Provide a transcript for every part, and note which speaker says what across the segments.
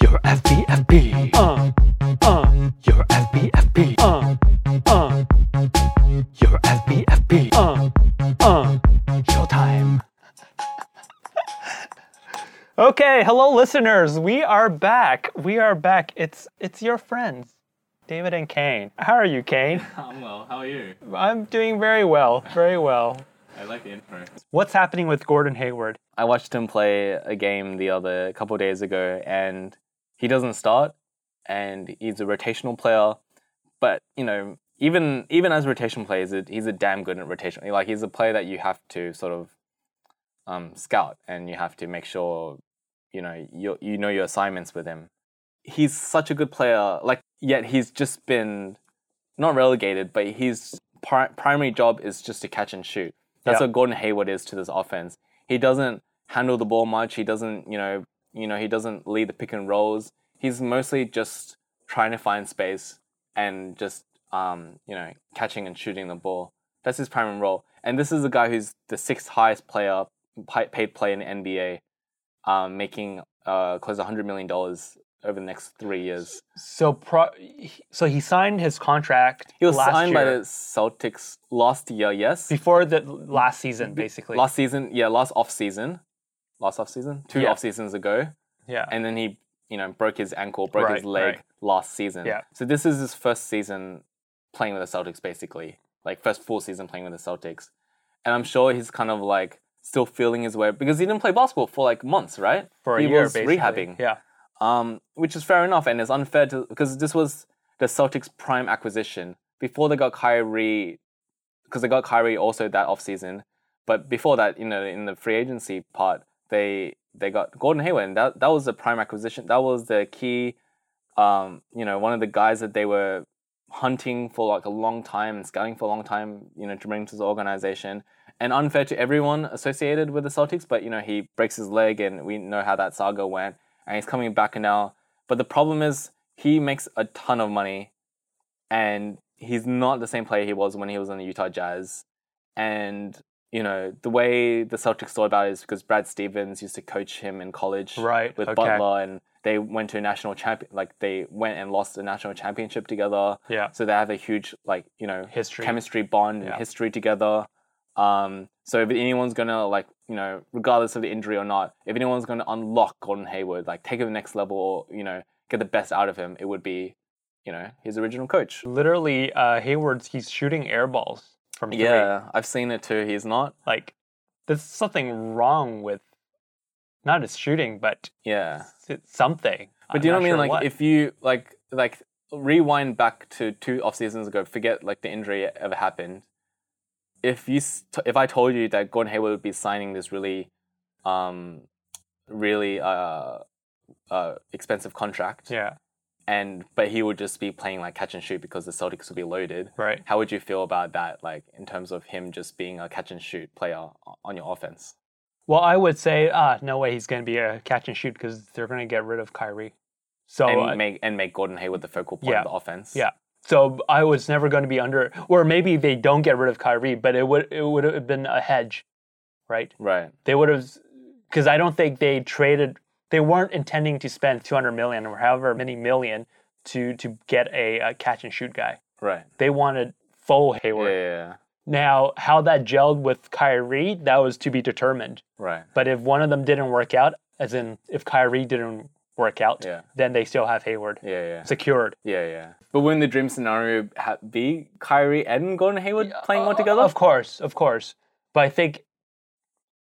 Speaker 1: You're FBFB. Uh, uh. You're FBFB. Uh, uh. You're FBFB. Uh, uh. Showtime. okay, hello, listeners. We are back. We are back. It's it's your friends, David and Kane. How are you, Kane?
Speaker 2: I'm well. How are you?
Speaker 1: I'm doing very well. Very well.
Speaker 2: I like the intro.
Speaker 1: What's happening with Gordon Hayward?
Speaker 2: I watched him play a game the other couple days ago, and he doesn't start, and he's a rotational player. But you know, even even as rotation players, it, he's a damn good at rotation. Like he's a player that you have to sort of um, scout, and you have to make sure you know you you know your assignments with him. He's such a good player. Like yet he's just been not relegated, but his pri- primary job is just to catch and shoot. That's
Speaker 1: Yeah.
Speaker 2: what Gordon Hayward is to this offense. He doesn't handle the ball much. He doesn't, you know, you know, he doesn't lead the pick and rolls. He's mostly just trying to find space and just, um, you know, catching and shooting the ball. That's his primary role. And this is a guy who's the sixth highest player pi- paid player in the NBA, um, making uh, close to hundred million dollars over the next three years.
Speaker 1: So, pro- so he signed his contract.
Speaker 2: He was
Speaker 1: last
Speaker 2: signed
Speaker 1: year.
Speaker 2: by the Celtics last year, yes.
Speaker 1: before the last season, basically.
Speaker 2: Last season, yeah, last off season. Last off season? Two
Speaker 1: Yeah.
Speaker 2: off seasons ago.
Speaker 1: yeah,
Speaker 2: And then he, you know, broke his ankle, broke
Speaker 1: Right,
Speaker 2: his leg
Speaker 1: right.
Speaker 2: last season.
Speaker 1: Yeah.
Speaker 2: So this is his first season playing with the Celtics, basically. Like first full season playing with the Celtics. And I'm sure he's kind of like still feeling his way because he didn't play basketball for like months, right?
Speaker 1: for a
Speaker 2: he
Speaker 1: year,
Speaker 2: was
Speaker 1: basically.
Speaker 2: rehabbing
Speaker 1: Yeah,
Speaker 2: um, which is fair enough and it's unfair to because this was the Celtics' prime acquisition before they got Kyrie, because they got Kyrie also that offseason. But before that, you know, in the free agency part, they they got Gordon Hayward, and that that was the prime acquisition. That was the key, um, you know, one of the guys that they were hunting for like a long time and scouting for a long time, you know, to bring to the organization. And unfair to everyone associated with the Celtics, but you know, he breaks his leg and we know how that saga went and he's coming back now. But the problem is he makes a ton of money and he's not the same player he was when he was on the Utah Jazz. And, you know, the way the Celtics thought about it is because Brad Stevens used to coach him in college
Speaker 1: right.
Speaker 2: with
Speaker 1: okay.
Speaker 2: Butler and they went to a national champion like they went and lost the national championship together.
Speaker 1: Yeah,
Speaker 2: So they have a huge like, you know,
Speaker 1: history.
Speaker 2: chemistry bond and
Speaker 1: Yeah.
Speaker 2: history together. Um, so if anyone's gonna like, you know, regardless of the injury or not, if anyone's gonna unlock Gordon Hayward, like take him to the next level or, you know, get the best out of him, it would be, you know, his original coach.
Speaker 1: Literally, uh, Hayward's he's shooting air balls from three.
Speaker 2: Yeah, I've seen it too. He's not.
Speaker 1: like there's something wrong with not his shooting, but
Speaker 2: Yeah.
Speaker 1: it's something.
Speaker 2: But
Speaker 1: I'm
Speaker 2: do you know
Speaker 1: not
Speaker 2: what I mean?
Speaker 1: sure
Speaker 2: Like
Speaker 1: what.
Speaker 2: if you like like rewind back to two off seasons ago, forget like the injury ever happened. If you s- t- if I told you that Gordon Hayward would be signing this really, um, really uh, uh, expensive contract,
Speaker 1: yeah,
Speaker 2: and but he would just be playing like catch and shoot because the Celtics would be loaded.
Speaker 1: right.
Speaker 2: How would you feel about that? Like in terms of him just being a catch and shoot player o- on your offense?
Speaker 1: Well, I would say, ah, no way he's going to be a catch and shoot because they're going to get rid of Kyrie. So
Speaker 2: and
Speaker 1: uh,
Speaker 2: make and make Gordon Hayward the focal point
Speaker 1: Yeah.
Speaker 2: of the offense.
Speaker 1: Yeah. So I was never going to be under, or maybe they don't get rid of Kyrie, but it would it would have been a hedge, right?
Speaker 2: Right.
Speaker 1: They would have, because I don't think they traded. They weren't intending to spend 200 million or however many million to to get a, a catch and shoot guy.
Speaker 2: Right.
Speaker 1: They wanted full
Speaker 2: Yeah.
Speaker 1: Hayward.
Speaker 2: yeah, yeah.
Speaker 1: Now, how that gelled with Kyrie, that was to be determined.
Speaker 2: Right.
Speaker 1: But if one of them didn't work out, as in if Kyrie didn't work out,
Speaker 2: Yeah.
Speaker 1: then they still have Hayward
Speaker 2: Yeah, yeah,
Speaker 1: secured.
Speaker 2: yeah, yeah. But wouldn't the dream scenario ha- be Kyrie and Gordon Hayward playing one
Speaker 1: Uh,
Speaker 2: together?
Speaker 1: Of course, of course. But I think,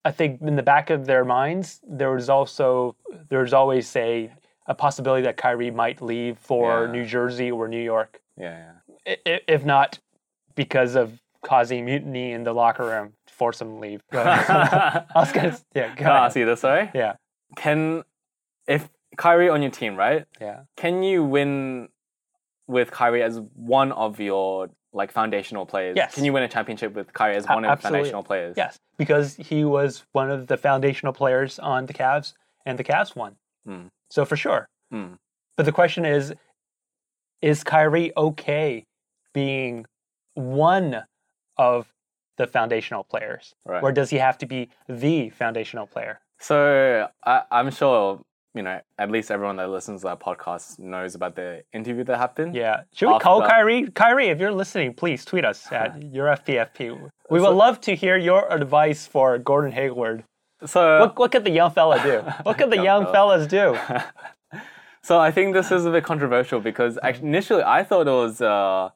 Speaker 1: I think in the back of their minds, there was also there's always a a possibility that Kyrie might leave for
Speaker 2: Yeah.
Speaker 1: New Jersey or New York,
Speaker 2: yeah,
Speaker 1: I- i- if not because of causing mutiny in the locker room, force him to leave. I
Speaker 2: yeah.
Speaker 1: was gonna, yeah, go
Speaker 2: Can Ah, I
Speaker 1: ahead.
Speaker 2: ask you this, sorry?
Speaker 1: yeah,
Speaker 2: Can, if Kyrie on your team, right?
Speaker 1: yeah.
Speaker 2: Can you win with Kyrie as one of your like foundational players?
Speaker 1: Yes.
Speaker 2: Can you win a championship with Kyrie as
Speaker 1: A-
Speaker 2: one of your
Speaker 1: absolutely.
Speaker 2: foundational players?
Speaker 1: Yes, because he was one of the foundational players on the Cavs, and the Cavs won.
Speaker 2: Mm.
Speaker 1: So for sure.
Speaker 2: Mm.
Speaker 1: But the question is, is Kyrie okay being one of the foundational players,
Speaker 2: Right.
Speaker 1: or does he have to be the foundational player?
Speaker 2: So I, I'm sure you know at least everyone that listens to our podcast knows about the interview that happened.
Speaker 1: Yeah. Should we
Speaker 2: Off
Speaker 1: call
Speaker 2: the-
Speaker 1: Kyrie? Kyrie, if you're listening, please tweet us at your FPFP. We would love to hear your advice for Gordon Hayward.
Speaker 2: So
Speaker 1: What, what could the young fella do? What could the young,
Speaker 2: Young
Speaker 1: fellas do?
Speaker 2: so I think this is a bit controversial because
Speaker 1: Hmm.
Speaker 2: actually initially I thought it was uh,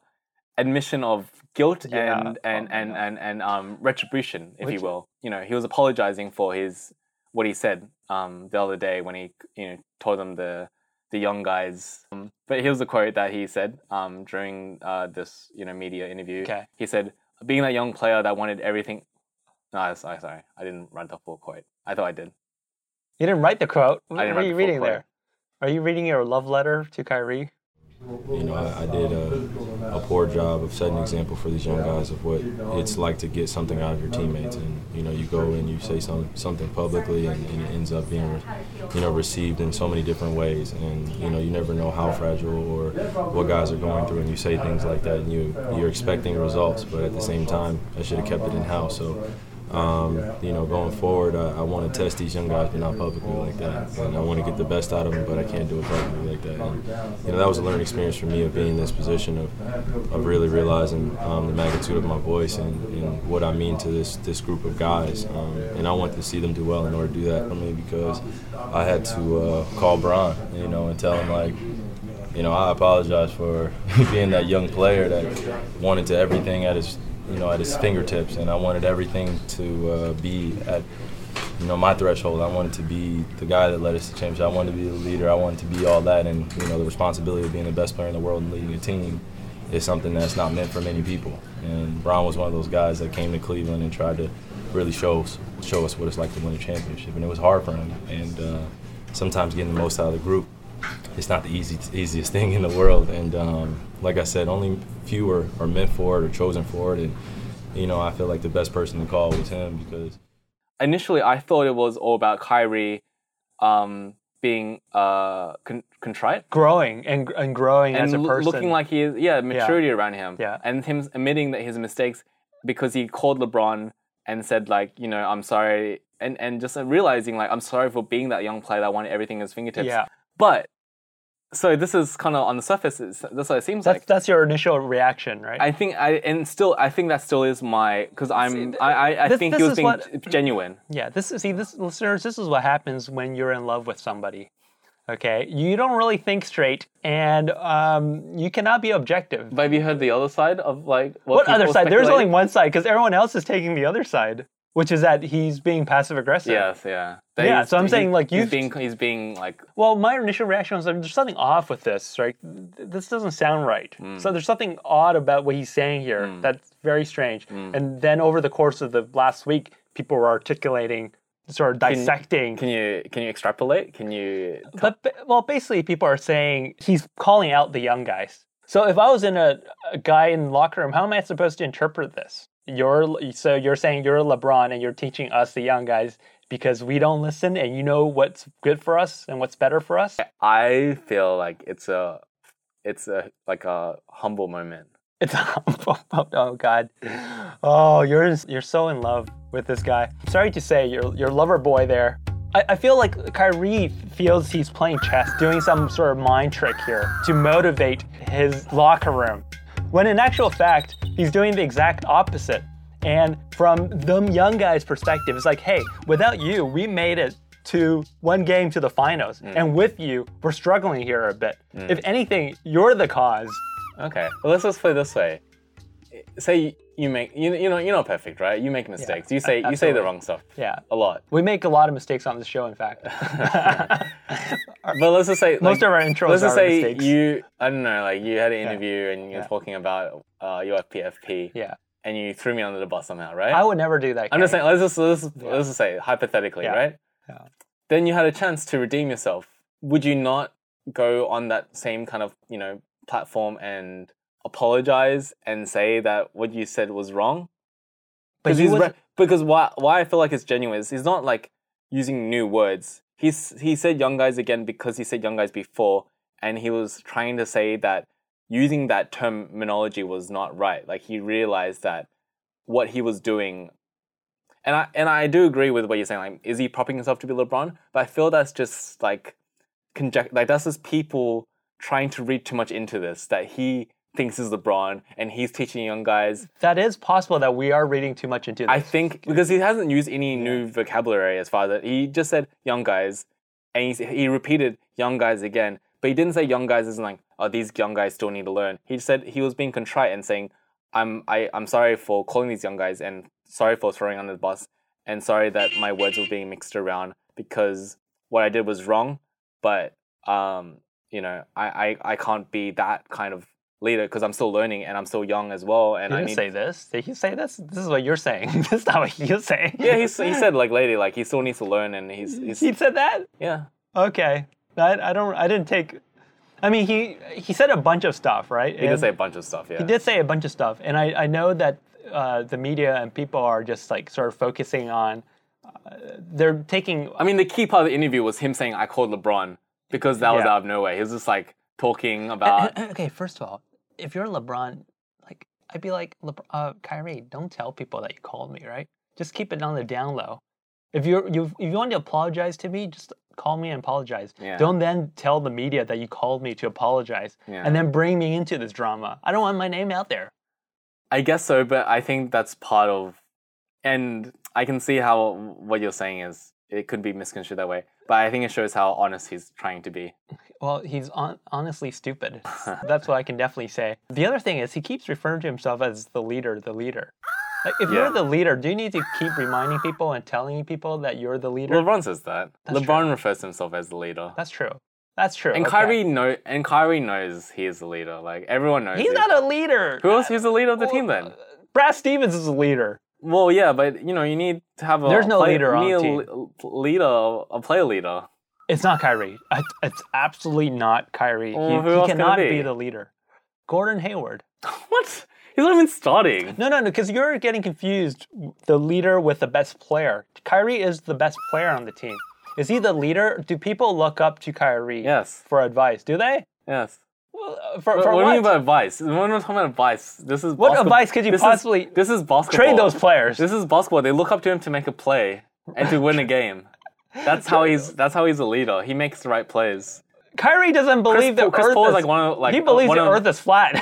Speaker 2: admission of guilt
Speaker 1: Yeah.
Speaker 2: and and, and, and and um retribution, if
Speaker 1: Which-
Speaker 2: you will. You know, he was apologizing for his what he said um the other day when he you know told them the the young guys. Um, but here's the quote that he said um during uh this you know media interview.
Speaker 1: Okay.
Speaker 2: He said, "Being that young player that wanted everything." No, sorry, sorry, I didn't run the full quote. I thought I did.
Speaker 1: You didn't write the quote. What
Speaker 2: I didn't
Speaker 1: are
Speaker 2: write
Speaker 1: you
Speaker 2: the full
Speaker 1: reading
Speaker 2: quote.
Speaker 1: there? Are you reading your love letter to Kyrie?
Speaker 3: You know, I, I did a, a poor job of setting an example for these young guys of what it's like to get something out of your teammates. And you know, you go and you say some, something publicly, and, and it ends up being, re- you know, received in so many different ways. And you know, you never know how fragile or what guys are going through. And you say things like that, and you you're expecting results, but at the same time, I should have kept it in house. So. Um, you know, going forward, I, I want to test these young guys, but not publicly like that. And I want to get the best out of them, but I can't do it publicly like that. And, you know, that was a learning experience for me of being in this position of, of really realizing um, the magnitude of my voice and, and what I mean to this this group of guys. Um, and I want to see them do well in order to do that for me because I had to uh, call Brian, you know, and tell him like, you know, I apologize for being that young player that wanted to everything at his, you know, at his fingertips, and I wanted everything to uh, be at, you know, my threshold. I wanted to be the guy that led us to championship. I wanted to be the leader. I wanted to be all that, and you know, the responsibility of being the best player in the world and leading a team is something that's not meant for many people. And Brown was one of those guys that came to Cleveland and tried to really show us, show us what it's like to win a championship, and it was hard for him. And uh, sometimes getting the most out of the group it's not the easy, easiest thing in the world. And um, like I said, only few are, are meant for it or chosen for it. And, you know, I feel like the best person to call was him because
Speaker 2: initially I thought it was all about Kyrie um, being uh, con- contrite
Speaker 1: Growing and, and growing
Speaker 2: and
Speaker 1: as a
Speaker 2: loo-
Speaker 1: person.
Speaker 2: looking like he is, yeah, maturity around him,
Speaker 1: Yeah.
Speaker 2: and him admitting that his mistakes because he called LeBron and said like, you know, I'm sorry, and and just uh, realizing like, I'm sorry for being that young player that wanted everything at his fingertips.
Speaker 1: yeah.
Speaker 2: But so this is kind of on the surface. It's, that's what it seems
Speaker 1: That's
Speaker 2: like.
Speaker 1: that's your initial reaction, right?
Speaker 2: I think I and still I think that still is my because I'm I I, I
Speaker 1: this-
Speaker 2: think
Speaker 1: this
Speaker 2: he was
Speaker 1: is
Speaker 2: being
Speaker 1: what-
Speaker 2: g- genuine.
Speaker 1: Yeah, this is see this listeners, this is what happens when you're in love with somebody. Okay, you don't really think straight, and um, you cannot be objective.
Speaker 2: But have you heard the other side of like
Speaker 1: what other
Speaker 2: people
Speaker 1: side? There's
Speaker 2: speculate?
Speaker 1: only one side because everyone else is taking the other side, which is that he's being passive aggressive.
Speaker 2: Yes, yeah. That
Speaker 1: Yeah,
Speaker 2: he's-
Speaker 1: so I'm saying, like,
Speaker 2: he's
Speaker 1: you've-
Speaker 2: being he's being like
Speaker 1: Well, my initial reaction was like, there's something off with this. Right, Th- this doesn't sound right.
Speaker 2: Mm.
Speaker 1: So there's something odd about what he's saying here. That's very strange.
Speaker 2: Mm.
Speaker 1: And then over the course of the last week, people were articulating, sort of dissecting.
Speaker 2: can you can you extrapolate? Can you
Speaker 1: But ba- well, basically, people are saying he's calling out the young guys. So if I was in a, a guy in the locker room, how am I supposed to interpret this? You're so you're saying you're LeBron and you're teaching us the young guys because we don't listen and you know what's good for us and what's better for us.
Speaker 2: I feel like it's a it's a like a humble moment.
Speaker 1: It's oh god, oh you're you're so in love with this guy. Sorry to say, your your lover boy there. I, I feel like Kyrie feels he's playing chess, doing some sort of mind trick here to motivate his locker room, when in actual fact he's doing the exact opposite. And from them young guys' perspective, it's like, hey, without you, we made it to one game to the finals, and with you, we're struggling here a bit. If anything, you're the cause.
Speaker 2: Okay. Well let's just put it this way. Say you make you you know you're not perfect, right? You make mistakes. you say you say the
Speaker 1: absolutely.
Speaker 2: wrong stuff.
Speaker 1: Yeah.
Speaker 2: A lot.
Speaker 1: We make a lot of mistakes on this show, in fact.
Speaker 2: But let's just say like,
Speaker 1: Most of our intros
Speaker 2: Let's
Speaker 1: are
Speaker 2: just say
Speaker 1: mistakes.
Speaker 2: you I don't know, like you had an interview and you're talking about uh, your FPFP
Speaker 1: yeah.
Speaker 2: and you threw me under the bus somehow, right?
Speaker 1: I would never do that.
Speaker 2: I'm just
Speaker 1: Kenny.
Speaker 2: saying. Let's just let's, just- let's just say hypothetically,
Speaker 1: Yeah.
Speaker 2: right?
Speaker 1: Yeah.
Speaker 2: Then you had a chance to redeem yourself. Would you not go on that same kind of you know platform and apologize and say that what you said was wrong?
Speaker 1: But
Speaker 2: Because
Speaker 1: you
Speaker 2: he's
Speaker 1: was,
Speaker 2: re- because why why I feel like it's genuine is he's not like using new words. He's he said young guys again because he said young guys before, and he was trying to say that using that terminology was not right. Like he realized that what he was doing. And I and I do agree with what you're saying. Like, is he propping himself to be LeBron? But I feel that's just like conject like that's just people trying to read too much into this that he thinks is LeBron and he's teaching young guys.
Speaker 1: That is possible that we are reading too much into this.
Speaker 2: I think because he hasn't used any new vocabulary as far as that. He just said young guys and he, he repeated young guys again. But he didn't say young guys isn't like, oh, these young guys still need to learn. He said he was being contrite and saying, I'm, I, I'm sorry for calling these young guys and sorry for throwing under the bus and sorry that my words were being mixed around because what I did was wrong. But, um, you know, I, I, I can't be that kind of leader because I'm still learning and I'm still young as well. And
Speaker 1: He
Speaker 2: I
Speaker 1: didn't
Speaker 2: need
Speaker 1: say this. Did he say this? This is what you're saying. this is not what you're saying.
Speaker 2: yeah, he's, he said like later, like he still needs to learn, and he's, he's
Speaker 1: he said that.
Speaker 2: yeah,
Speaker 1: Okay, I, I don't. I didn't take. I mean, he he said a bunch of stuff, right?
Speaker 2: he did say a bunch of stuff. Yeah,
Speaker 1: He did say a bunch of stuff, and I, I know that uh, the media and people are just like sort of focusing on. Uh, they're taking.
Speaker 2: I mean, the key part of the interview was him saying, "I called LeBron," because that was
Speaker 1: Yeah.
Speaker 2: out of nowhere. He was just like talking about.
Speaker 1: okay, first of all, if you're LeBron, like I'd be like, "Lebr- uh, Kyrie, don't tell people that you called me, right? Just keep it on the down low. If you're you if you want to apologize to me, just call me and apologize.
Speaker 2: Yeah.
Speaker 1: Don't then tell the media that you called me to apologize
Speaker 2: Yeah.
Speaker 1: and then bring me into this drama. I don't want my name out there.
Speaker 2: I guess so, but I think that's part of, and I can see how what you're saying is it could be misconstrued that way. But I think it shows how honest he's trying to be.
Speaker 1: Well, he's on- honestly stupid. That's what I can definitely say. The other thing is he keeps referring to himself as the leader, the leader. Like, if
Speaker 2: Yeah.
Speaker 1: you're the leader, do you need to keep reminding people and telling people that you're the leader?
Speaker 2: LeBron says that.
Speaker 1: That's
Speaker 2: LeBron refers to himself as the leader,
Speaker 1: That's true. That's true.
Speaker 2: and
Speaker 1: okay.
Speaker 2: Kyrie know, and Kyrie knows he is the leader. Like everyone knows.
Speaker 1: he's
Speaker 2: he-
Speaker 1: not a leader. Uh,
Speaker 2: Who else? Who's the leader of the team then?
Speaker 1: Brad Stevens is a leader.
Speaker 2: Well, yeah, but you know, you need to have a
Speaker 1: There's no leader on
Speaker 2: need
Speaker 1: the
Speaker 2: a
Speaker 1: team.
Speaker 2: l- leader, a player leader.
Speaker 1: It's not Kyrie. I- It's absolutely not Kyrie. He-
Speaker 2: Well, who
Speaker 1: he
Speaker 2: else can it
Speaker 1: cannot
Speaker 2: be?
Speaker 1: be the leader. Gordon Hayward.
Speaker 2: What? He's not even starting.
Speaker 1: No, no, no, because you're getting confused the leader with the best player. Kyrie is the best player on the team. Is he the leader? Do people look up to Kyrie
Speaker 2: Yes.
Speaker 1: for advice? Do they?
Speaker 2: Yes.
Speaker 1: Well, uh, For,
Speaker 2: What,
Speaker 1: for
Speaker 2: what do you
Speaker 1: what?
Speaker 2: mean by advice? When we're talking about advice, this is
Speaker 1: What
Speaker 2: basketball-
Speaker 1: advice could you
Speaker 2: this is-
Speaker 1: possibly-
Speaker 2: this is basketball.
Speaker 1: Trade those players.
Speaker 2: This is basketball. They look up to him to make a play and to win a game. That's how he's. That's how he's a leader. He makes the right plays.
Speaker 1: Kyrie doesn't believe
Speaker 2: Paul-
Speaker 1: that
Speaker 2: Chris
Speaker 1: Earth
Speaker 2: Paul is
Speaker 1: is
Speaker 2: like one of- like,
Speaker 1: he believes
Speaker 2: one
Speaker 1: the
Speaker 2: of-
Speaker 1: Earth is flat.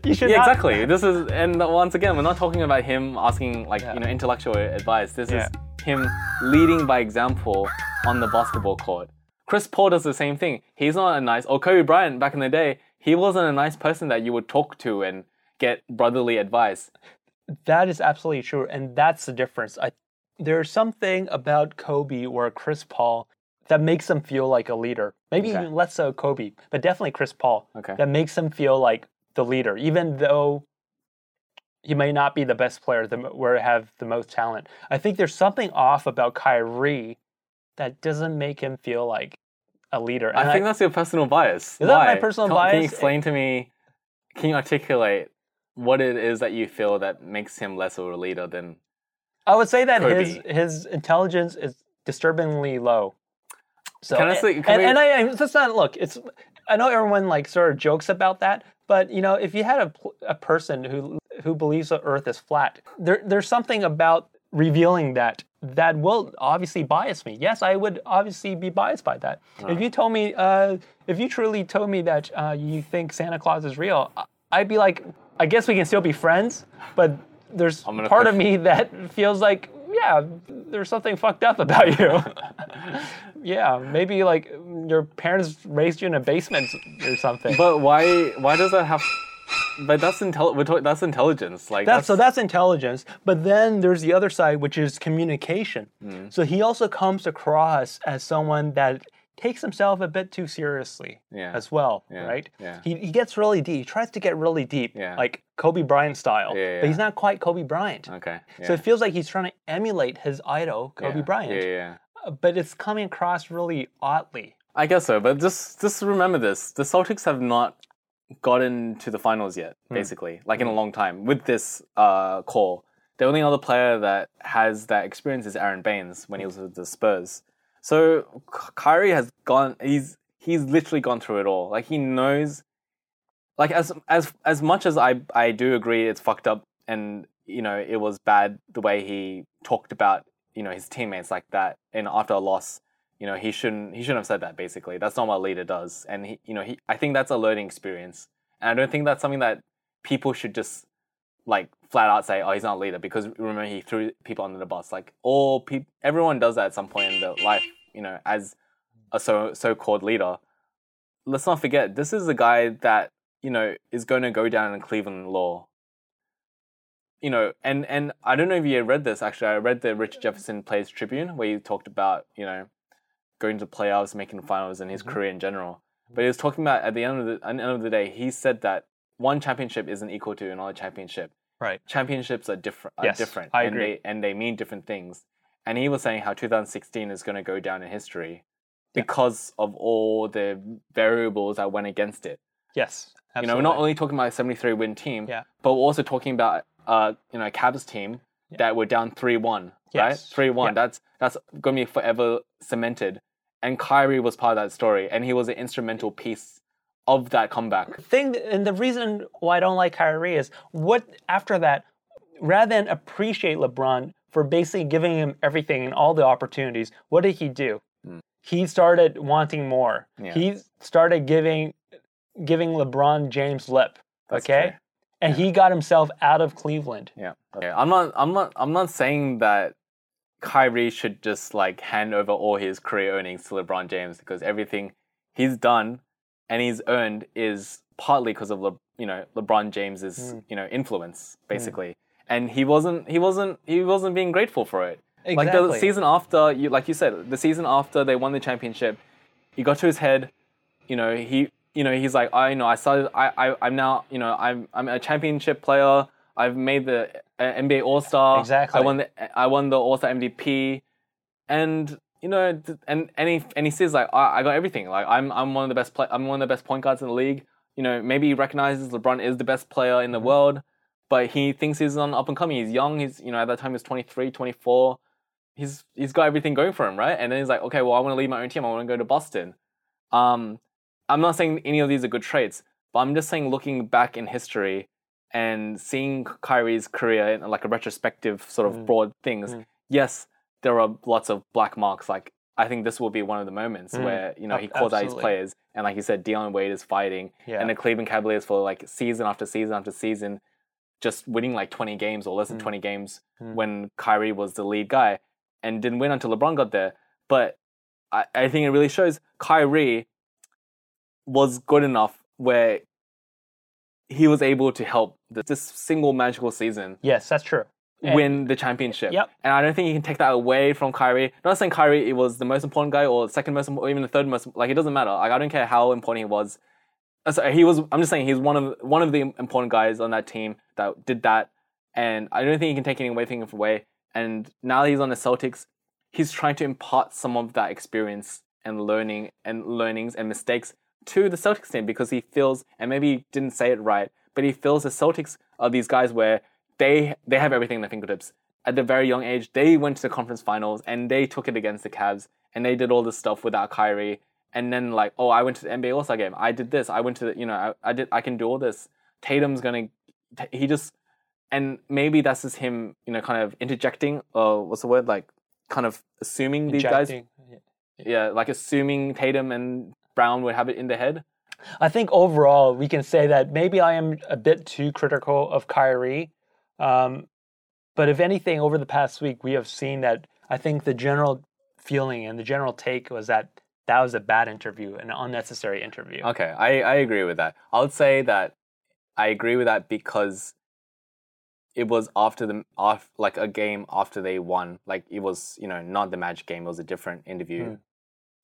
Speaker 1: you should
Speaker 2: Yeah,
Speaker 1: not-
Speaker 2: exactly. This is, and once again, we're not talking about him asking like you know intellectual advice. This is him leading by example on the basketball court. Chris Paul does the same thing. He's not a nice, or Kobe Bryant back in the day, he wasn't a nice person that you would talk to and get brotherly advice.
Speaker 1: That is absolutely true, and that's the difference. I, there's something about Kobe or Chris Paul that makes them feel like a leader. Maybe
Speaker 2: Okay.
Speaker 1: even less so Kobe, but definitely Chris Paul.
Speaker 2: Okay.
Speaker 1: That makes them feel like the leader, even though he may not be the best player the, mo- or have the most talent. I think there's something off about Kyrie that doesn't make him feel like a leader. And
Speaker 2: I think that's your personal bias.
Speaker 1: Is that my
Speaker 2: Why?
Speaker 1: personal
Speaker 2: Tell- Can you
Speaker 1: bias?
Speaker 2: explain to me? Can you articulate what it is that you feel that makes him less of a leader than?
Speaker 1: I would say that his
Speaker 2: Kobe.
Speaker 1: his intelligence is disturbingly low. So
Speaker 2: Can I say- can
Speaker 1: and,
Speaker 2: we-
Speaker 1: and I and that's not look. It's I know everyone like sort of jokes about that, but you know if you had a, pl- a person who who believes the Earth is flat, there there's something about revealing that that will obviously bias me. Yes, I would obviously be biased by that. If you told me, uh, if you truly told me that uh, you think Santa Claus is real, I- I'd be like, I guess we can still be friends, but there's
Speaker 2: gonna
Speaker 1: part of
Speaker 2: push-
Speaker 1: me that feels like, yeah, there's something fucked up about you. yeah, maybe like your parents raised you in a basement or something.
Speaker 2: But why? Why does that have? But that's intel. We're talk- that's intelligence. Like
Speaker 1: that's, so that's intelligence. But then there's the other side, which is communication.
Speaker 2: Mm-hmm.
Speaker 1: So he also comes across as someone that takes himself a bit too seriously
Speaker 2: Yeah.
Speaker 1: as well,
Speaker 2: Yeah.
Speaker 1: right?
Speaker 2: Yeah.
Speaker 1: He, he gets really deep. He tries to get really deep,
Speaker 2: Yeah.
Speaker 1: like Kobe Bryant style.
Speaker 2: Yeah,
Speaker 1: But he's
Speaker 2: yeah.
Speaker 1: not quite Kobe Bryant.
Speaker 2: Okay.
Speaker 1: So it feels like he's trying to emulate his idol, Kobe Bryant.
Speaker 2: Yeah, yeah.
Speaker 1: But it's coming across really oddly.
Speaker 2: I guess so, but just just remember this: the Celtics have not gotten to the finals yet, basically, like in a long time. With this uh, call, the only other player that has that experience is Aaron Baines when he was with the Spurs. So K- Kyrie has gone; he's he's literally gone through it all. Like he knows, like as as as much as I I do agree, it's fucked up, and you know, it was bad the way he talked about, you know, his teammates like that. And after a loss, you know, he shouldn't he shouldn't have said that basically. That's not what a leader does. And he, you know, he I think that's a learning experience. And I don't think that's something that people should just like flat out say, "Oh, he's not a leader," because remember he threw people under the bus. Like all people, everyone does that at some point in their life. You know, as a so so called leader. Let's not forget, this is a guy that you know is going to go down in Cleveland law. You know, and and I don't know if you read this actually. I read the Richard Jefferson Plays Tribune where he talked about you know going to playoffs, making finals, and his
Speaker 1: Mm-hmm.
Speaker 2: career in general. But he was talking about at the end of the, at the end of the day, he said that one championship isn't equal to another championship
Speaker 1: Right.
Speaker 2: championships are different. Are
Speaker 1: Yes,
Speaker 2: different.
Speaker 1: I
Speaker 2: And
Speaker 1: agree.
Speaker 2: they, and they mean different things. And he was saying how 2016 is going to go down in history
Speaker 1: Yeah.
Speaker 2: because of all the variables that went against it.
Speaker 1: Yes. Absolutely.
Speaker 2: You know, we're not only talking about a 73 win team,
Speaker 1: Yeah.
Speaker 2: but we're also talking about uh, you know, a Cavs team
Speaker 1: Yeah.
Speaker 2: that were down 3-1, right?
Speaker 1: Yes.
Speaker 2: 3-1.
Speaker 1: Yeah.
Speaker 2: That's that's going to be forever cemented. And Kyrie was part of that story, and he was an instrumental piece of that comeback.
Speaker 1: thing and the reason why I don't like Kyrie is what after that, rather than appreciate LeBron for basically giving him everything and all the opportunities, what did he do? He started wanting more.
Speaker 2: Hmm. Yeah.
Speaker 1: He started giving giving LeBron James lip.
Speaker 2: That's
Speaker 1: okay.
Speaker 2: true.
Speaker 1: And he got himself out of Cleveland.
Speaker 2: Yeah. Okay. I'm not. I'm not. I'm not saying that Kyrie should just like hand over all his career earnings to LeBron James because everything he's done and he's earned is partly because of Le, you know LeBron James's you know influence basically. And he wasn't. He wasn't. He wasn't being grateful for it. Like the
Speaker 1: Exactly.
Speaker 2: season after, you like you said, the season after they won the championship, he got to his head. You know he. You know he's like I know I started. I, I I'm now. You know I'm I'm a championship player. I've made the uh, NBA All Star.
Speaker 1: Exactly.
Speaker 2: I won the I won the All Star MVP, and you know, th- and and he and he says like I, I got everything. Like I'm I'm one of the best play, I'm one of the best point guards in the league. You know, maybe he recognizes LeBron is the best player in the world, but he thinks he's on up and coming. He's young. He's you know at that time he's 23, 24. He's he's got everything going for him, right? And then he's like, okay, well I want to leave my own team. I want to go to Boston. Um, I'm not saying any of these are good traits, but I'm just saying looking back in history and seeing Kyrie's career in like a retrospective sort of
Speaker 1: Mm,
Speaker 2: broad things. Yes, there are lots of black marks. Like I think this will be one of the moments
Speaker 1: Mm.
Speaker 2: where you know
Speaker 1: Ab-
Speaker 2: he calls out his
Speaker 1: absolutely.
Speaker 2: players, and like you said, Dion Wade is fighting,
Speaker 1: Yeah.
Speaker 2: and the Cleveland Cavaliers for like season after season after season, just winning like 20 games or less than
Speaker 1: Mm.
Speaker 2: 20 games
Speaker 1: Mm.
Speaker 2: when Kyrie was the lead guy, and didn't win until LeBron got there. But I, I think it really shows Kyrie was good enough where he was able to help th- this single magical season
Speaker 1: yes, that's true. And-
Speaker 2: win the championship.
Speaker 1: Yep.
Speaker 2: And I don't think you can take that away from Kyrie. Not saying Kyrie it was the most important guy or the second most or even the third most like it doesn't matter. Like I don't care how important he was. Uh, Sorry, he was I'm just saying he's one of one of the important guys on that team that did that. And I don't think you can take anything away. And now that he's on the Celtics, he's trying to impart some of that experience and learning and learnings and mistakes to the Celtics team because he feels and maybe he didn't say it right, but he feels the Celtics are these guys where they they have everything in their fingertips. At the very young age, they went to the conference finals and they took it against the Cavs and they did all this stuff without Kyrie. And then like, oh, I went to the NBA All Star game. I did this. I went to the, you know, I, I did. I can do all this. Tatum's gonna. T- he just and maybe that's just him, you know, kind of interjecting or what's the word like, kind of assuming these guys
Speaker 1: Injecting.
Speaker 2: yeah, like assuming Tatum and Brown would have it in their head.
Speaker 1: I think overall we can say that maybe I am a bit too critical of Kyrie, um, but if anything, over the past week we have seen that I think the general feeling and the general take was that that was a bad interview, an unnecessary interview.
Speaker 2: Okay, I, I agree with that. I would say that I agree with that because it was after the off like a game after they won. Like it was, you know, not the Magic game. It was a different interview.
Speaker 1: Hmm.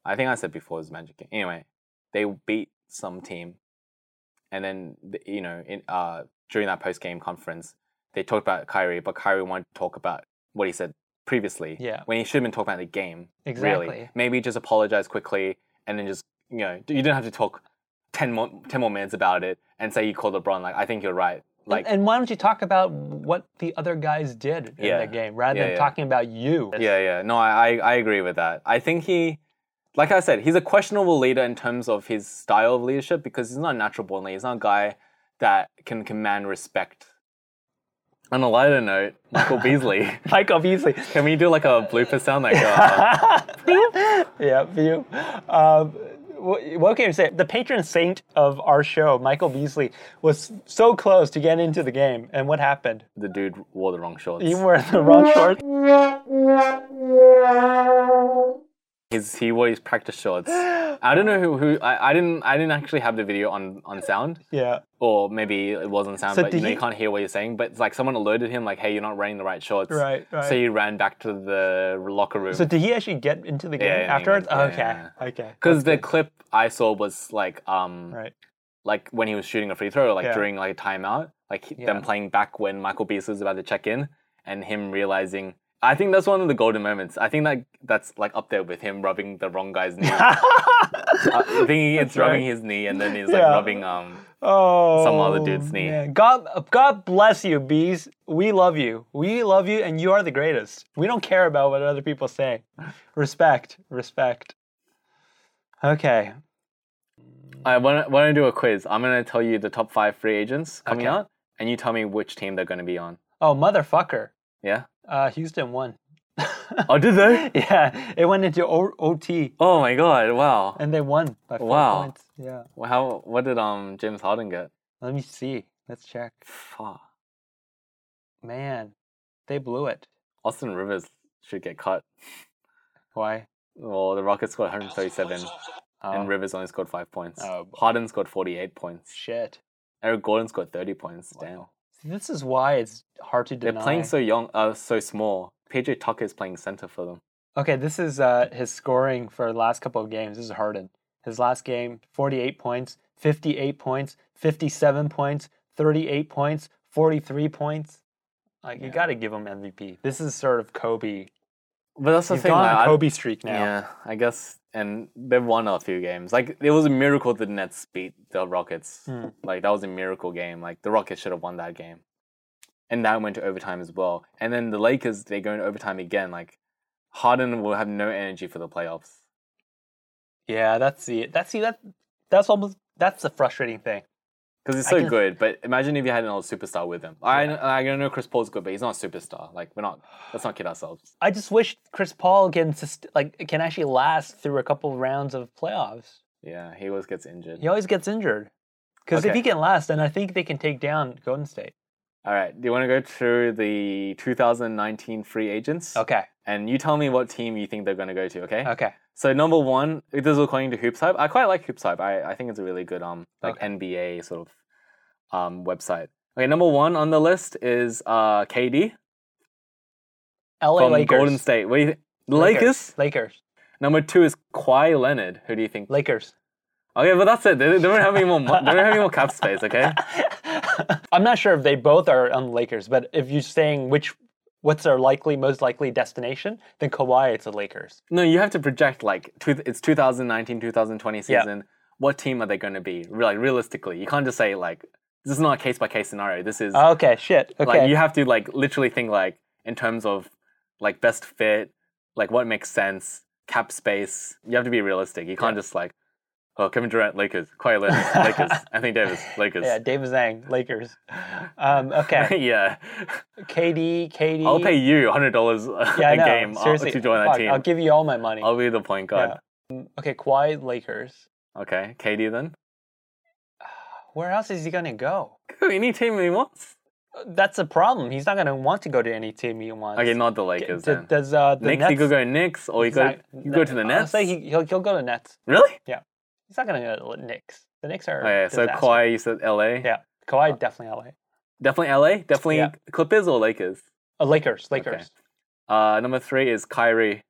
Speaker 2: I think I said before it was Magic game. Anyway, they beat some team, and then the- you know, in uh during that post game conference, they talked about Kyrie, but Kyrie wanted to talk about what he said previously.
Speaker 1: Yeah.
Speaker 2: when he should have been talking about the game. Really,
Speaker 1: Exactly.
Speaker 2: maybe just apologize quickly and then just you know you didn't have to talk 10 more, 10 more minutes about it and say you called LeBron like I think you're right like
Speaker 1: and, and why don't you talk about what the other guys did in
Speaker 2: Yeah.
Speaker 1: the game rather
Speaker 2: Yeah,
Speaker 1: than
Speaker 2: yeah.
Speaker 1: talking about you?
Speaker 2: yeah yeah no I, I I agree with that I think he like I said he's a questionable leader in terms of his style of leadership because he's not a natural born leader he's not a guy that can command respect On a lighter note, Michael Beasley.
Speaker 1: Michael Beasley.
Speaker 2: Can we do like a blooper sound like uh,
Speaker 1: Yeah, view. Um, wh- what can you say? The patron saint of our show, Michael Beasley, was so close to getting into the game, and what happened?
Speaker 2: the dude wore the wrong shorts?
Speaker 1: He wore the wrong shorts.
Speaker 2: His he wore his practice shorts. I don't know who who I, I didn't I didn't actually have the video on on sound.
Speaker 1: Yeah.
Speaker 2: Or maybe it wasn't sound,
Speaker 1: So
Speaker 2: but you
Speaker 1: did
Speaker 2: know
Speaker 1: he-
Speaker 2: you can't hear what you're saying. But it's like someone alerted him, like, "Hey, you're not wearing the right shorts."
Speaker 1: Right, right.
Speaker 2: So he ran back to the locker room.
Speaker 1: So did he actually get into the game
Speaker 2: Yeah, yeah,
Speaker 1: afterwards?
Speaker 2: yeah,
Speaker 1: okay.
Speaker 2: yeah,
Speaker 1: Okay.
Speaker 2: because the clip I saw was like um
Speaker 1: Right.
Speaker 2: like when he was shooting a free throw, like
Speaker 1: Yeah.
Speaker 2: during like a timeout, like he-
Speaker 1: Yeah.
Speaker 2: them playing back when Michael Beasley was about to check in, and him realizing. I think that's one of the golden moments. I think that that's like up there with him rubbing the wrong guy's knee. I I think it's rubbing
Speaker 1: right.
Speaker 2: his knee, and then he's like
Speaker 1: Yeah.
Speaker 2: rubbing um.
Speaker 1: Oh,
Speaker 2: Some other dude's knee.
Speaker 1: man. God, God bless you, bees. We love you. We love you, and you are the greatest. We don't care about what other people say. Respect, respect. Okay.
Speaker 2: I want to want to do a quiz. I'm gonna tell you the top five free agents coming
Speaker 1: Okay.
Speaker 2: out, and you tell me which team they're gonna be on.
Speaker 1: Oh, motherfucker.
Speaker 2: Yeah.
Speaker 1: Uh, Houston won.
Speaker 2: Oh, did they?
Speaker 1: yeah, it went into o- OT,
Speaker 2: Oh my god! Wow.
Speaker 1: and they won by four
Speaker 2: Wow.
Speaker 1: points. Yeah.
Speaker 2: How? What did um James Harden get?
Speaker 1: Let me see. Let's check.
Speaker 2: Fuck.
Speaker 1: Man, they blew it.
Speaker 2: Austin Rivers should get cut.
Speaker 1: Why?
Speaker 2: Well, the Rockets scored 137,
Speaker 1: Oh,
Speaker 2: and Rivers only scored five points.
Speaker 1: Oh.
Speaker 2: Harden scored 48 points.
Speaker 1: shit.
Speaker 2: Eric Gordon scored 30 points. Damn.
Speaker 1: See, this is why it's hard to
Speaker 2: They're
Speaker 1: deny.
Speaker 2: playing so young, uh, so small. PJ Tucker is playing center for them.
Speaker 1: Okay, this is uh, his scoring for the last couple of games. This is Harden. His last game, 48 points, 58 points, 57 points, 38 points, 43 points. Like you
Speaker 2: Yeah.
Speaker 1: got to give him MVP. This is sort of Kobe.
Speaker 2: But that's the
Speaker 1: He's
Speaker 2: thing.
Speaker 1: gone
Speaker 2: like,
Speaker 1: on
Speaker 2: I-
Speaker 1: Kobe streak now.
Speaker 2: yeah, I guess. And they've won a few games. Like it was a miracle the Nets beat the Rockets.
Speaker 1: Hmm.
Speaker 2: Like that was a miracle game. Like the Rockets should have won that game. And that went to overtime as well. And then the Lakers, they go into overtime again. Like Harden will have no energy for the playoffs.
Speaker 1: Yeah, that's the that's see that that's almost that's the frustrating thing.
Speaker 2: Because he's
Speaker 1: I
Speaker 2: so
Speaker 1: can-
Speaker 2: good, but imagine if you had another superstar with him. I kn- I don't know Chris Paul's good, but he's not a superstar. Like we're not. Let's not kid ourselves.
Speaker 1: I just wish Chris Paul can sus- like can actually last through a couple rounds of playoffs.
Speaker 2: Yeah, he always gets injured.
Speaker 1: He always gets injured. Because if
Speaker 2: Okay.
Speaker 1: he can last, then I think they can take down Golden State.
Speaker 2: All right, do you want to go through the 2019 free agents?
Speaker 1: Okay.
Speaker 2: And you tell me what team you think they're going to go to. Okay.
Speaker 1: Okay.
Speaker 2: So number one, this is according to Hoops Hype. I quite like Hoops Hype. I, I think it's a really good um like
Speaker 1: Okay.
Speaker 2: NBA sort of um website. Okay, number one on the list is uh KD
Speaker 1: LA
Speaker 2: from
Speaker 1: Lakers.
Speaker 2: Golden State. What do you think? Lakers.
Speaker 1: Lakers.
Speaker 2: Number two is Kawhi Leonard. Who do you think?
Speaker 1: Lakers.
Speaker 2: Okay, but that's it. They, they don't have any more. mo- They don't have any more cap space. Okay.
Speaker 1: I'm not sure if they both are on Lakers, but if you're saying which what's their likely most likely destination, then Kawhi it's the Lakers.
Speaker 2: No, you have to project like two, it's 2019, 2020
Speaker 1: Yeah.
Speaker 2: season. What team are they going to be? Re- Like realistically, you can't just say like this is not a case by case scenario. This is
Speaker 1: Okay, shit. Okay.
Speaker 2: like you have to like literally think like in terms of like best fit, like what makes sense, cap space. You have to be realistic. You can't just like oh Kevin Durant Lakers, Kawhi Leonard Lakers, Anthony Davis Lakers.
Speaker 1: yeah, David Zhang, Lakers. Um, okay.
Speaker 2: yeah.
Speaker 1: KD, KD.
Speaker 2: I'll pay you hundred dollars a
Speaker 1: yeah, I know.
Speaker 2: game uh,
Speaker 1: Seriously,
Speaker 2: to join that
Speaker 1: fuck,
Speaker 2: team. Oh,
Speaker 1: I'll give you all my money. Mm,
Speaker 2: I'll be the point guard.
Speaker 1: okay, Kawhi, Lakers.
Speaker 2: Okay, KD then.
Speaker 1: Where else is he gonna go?
Speaker 2: Go Any team he wants.
Speaker 1: That's the problem. He's not gonna want to go to any team he wants.
Speaker 2: Okay, not the
Speaker 1: K-
Speaker 2: Lakers
Speaker 1: d-
Speaker 2: then.
Speaker 1: Does uh, the
Speaker 2: Knicks,
Speaker 1: Nets?
Speaker 2: you could go Knicks, or you
Speaker 1: he's
Speaker 2: go
Speaker 1: not-
Speaker 2: you go to the
Speaker 1: I'll
Speaker 2: Nets.
Speaker 1: say he, he'll he'll go to Nets.
Speaker 2: really?
Speaker 1: He's not gonna go to the Knicks. The Knicks are.
Speaker 2: Okay, so
Speaker 1: disaster.
Speaker 2: Kawhi, you said LA.
Speaker 1: Yeah, Kawhi definitely LA.
Speaker 2: Definitely LA. Definitely
Speaker 1: Yeah.
Speaker 2: Clippers or Lakers.
Speaker 1: Uh, Lakers, Lakers.
Speaker 2: Uh, number three is Kyrie.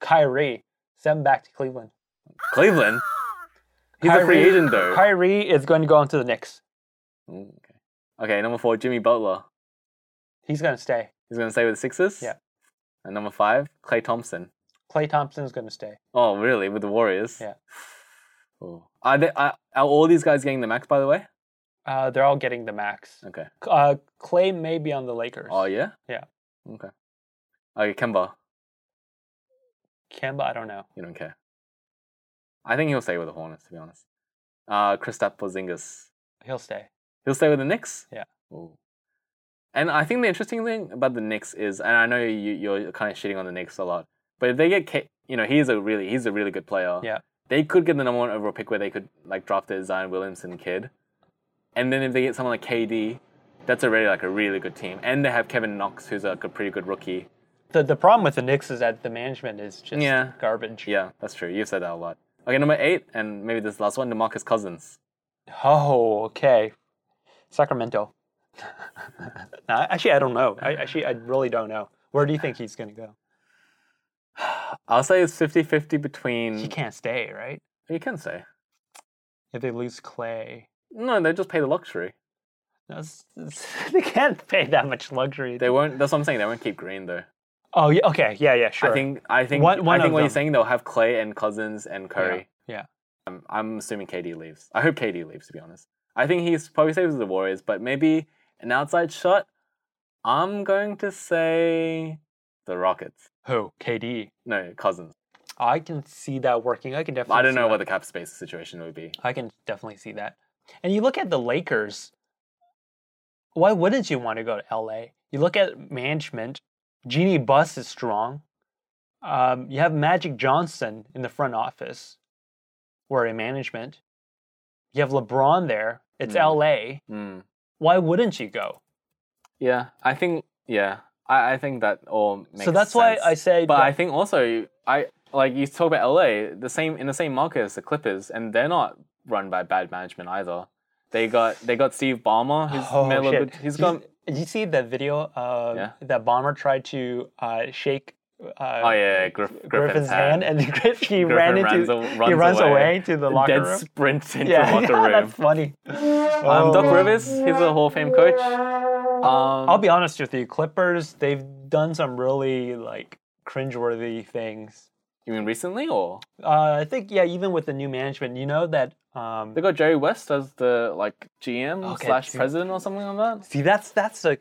Speaker 1: Kyrie, send him back to Cleveland.
Speaker 2: Cleveland. He's a free
Speaker 1: Kyrie-
Speaker 2: agent though.
Speaker 1: Kyrie is going to go on to the Knicks.
Speaker 2: Mm, okay. okay, number four, Jimmy Butler.
Speaker 1: He's gonna stay.
Speaker 2: He's gonna stay with the Sixers.
Speaker 1: Yeah.
Speaker 2: And number five, Clay Thompson.
Speaker 1: Clay Thompson's gonna stay.
Speaker 2: Oh, really? With the Warriors?
Speaker 1: Yeah.
Speaker 2: Oh. Are, they, are, are all these guys getting the max, by the way?
Speaker 1: Uh, they're all getting the max.
Speaker 2: Okay.
Speaker 1: Uh, Clay may be on the Lakers.
Speaker 2: Oh, yeah?
Speaker 1: Yeah.
Speaker 2: Okay. Okay, Kemba.
Speaker 1: Kemba, I don't know.
Speaker 2: You don't care. I think he'll stay with the Hornets, to be honest. Uh, Kristaps Porzingis.
Speaker 1: He'll stay.
Speaker 2: He'll stay with the Knicks?
Speaker 1: Yeah.
Speaker 2: Ooh. And I think the interesting thing about the Knicks is, and I know you you're kind of shitting on the Knicks a lot, but if they get, K, you know, he's a really he's a really good player.
Speaker 1: Yeah.
Speaker 2: They could get the number one overall pick where they could like draft their Zion Williamson kid, and then if they get someone like KD, that's already like a really good team, and they have Kevin Knox who's like a pretty good rookie.
Speaker 1: The, the problem with the Knicks is that the management is just
Speaker 2: Yeah.
Speaker 1: garbage.
Speaker 2: Yeah, that's true. You've said that a lot. Okay, number eight, and maybe this last one, Demarcus Cousins.
Speaker 1: Oh, okay. Sacramento. No, actually, I don't know. I, actually, I really don't know. Where do you think he's going to go?
Speaker 2: I'll say it's 50-50 between.
Speaker 1: He can't stay, right?
Speaker 2: You can say
Speaker 1: If they lose Clay,
Speaker 2: no. They just pay the luxury.
Speaker 1: That's- they can't pay that much luxury.
Speaker 2: They won't. That's what I'm saying. They won't keep Green though.
Speaker 1: oh, yeah, okay. Yeah, yeah, sure.
Speaker 2: I think I think
Speaker 1: One- one
Speaker 2: I think
Speaker 1: of
Speaker 2: what you're
Speaker 1: them.
Speaker 2: saying they'll have Clay and Cousins and Curry.
Speaker 1: Yeah, yeah.
Speaker 2: Um, I'm assuming KD leaves. I hope KD leaves to be honest. I think he's probably saves the Warriors, but maybe an outside shot. I'm going to say the Rockets.
Speaker 1: Who? KD.
Speaker 2: No, Cousins.
Speaker 1: I can see that working. I can definitely.
Speaker 2: I don't
Speaker 1: see
Speaker 2: know
Speaker 1: that.
Speaker 2: what the cap space situation would be.
Speaker 1: I can definitely see that. And you look at the Lakers. Why wouldn't you want to go to LA? You look at management. Jeannie Buss is strong. Um, you have Magic Johnson in the front office, or in management. You have LeBron there. It's
Speaker 2: Hmm.
Speaker 1: LA.
Speaker 2: Mm.
Speaker 1: Why wouldn't you go?
Speaker 2: Yeah, I think yeah, I, I think that all makes
Speaker 1: so that's why
Speaker 2: sense.
Speaker 1: I say.
Speaker 2: But
Speaker 1: that-
Speaker 2: I think also I like you talk about LA, the same in the same market as the Clippers, and they're not run by bad management either. They got they got Steve Ballmer, who's
Speaker 1: Oh,
Speaker 2: made a
Speaker 1: shit.
Speaker 2: little good, he's
Speaker 1: You-
Speaker 2: got
Speaker 1: Did you see that video uh,
Speaker 2: Yeah.
Speaker 1: that bomber tried to uh, shake? Uh,
Speaker 2: oh yeah, Griff, Griffin's,
Speaker 1: Griffin's hand, and Griffin, he
Speaker 2: Griffin
Speaker 1: ran into
Speaker 2: runs a-
Speaker 1: he
Speaker 2: runs
Speaker 1: runs away.
Speaker 2: away.
Speaker 1: to the
Speaker 2: The
Speaker 1: locker
Speaker 2: dead
Speaker 1: room.
Speaker 2: sprint into
Speaker 1: Yeah,
Speaker 2: the
Speaker 1: yeah,
Speaker 2: locker room.
Speaker 1: that's funny.
Speaker 2: Um, Doc
Speaker 1: Oh.
Speaker 2: Rivers, he's a Hall of Fame coach. Um,
Speaker 1: I'll be honest with you, Clippers. They've done some really like cringeworthy things.
Speaker 2: you mean recently or
Speaker 1: Uh, I think yeah, even with the new management, you know that. Um,
Speaker 2: they got Jerry West as the like GM
Speaker 1: Okay,
Speaker 2: slash
Speaker 1: see-
Speaker 2: president or something like that.
Speaker 1: see, that's that's a.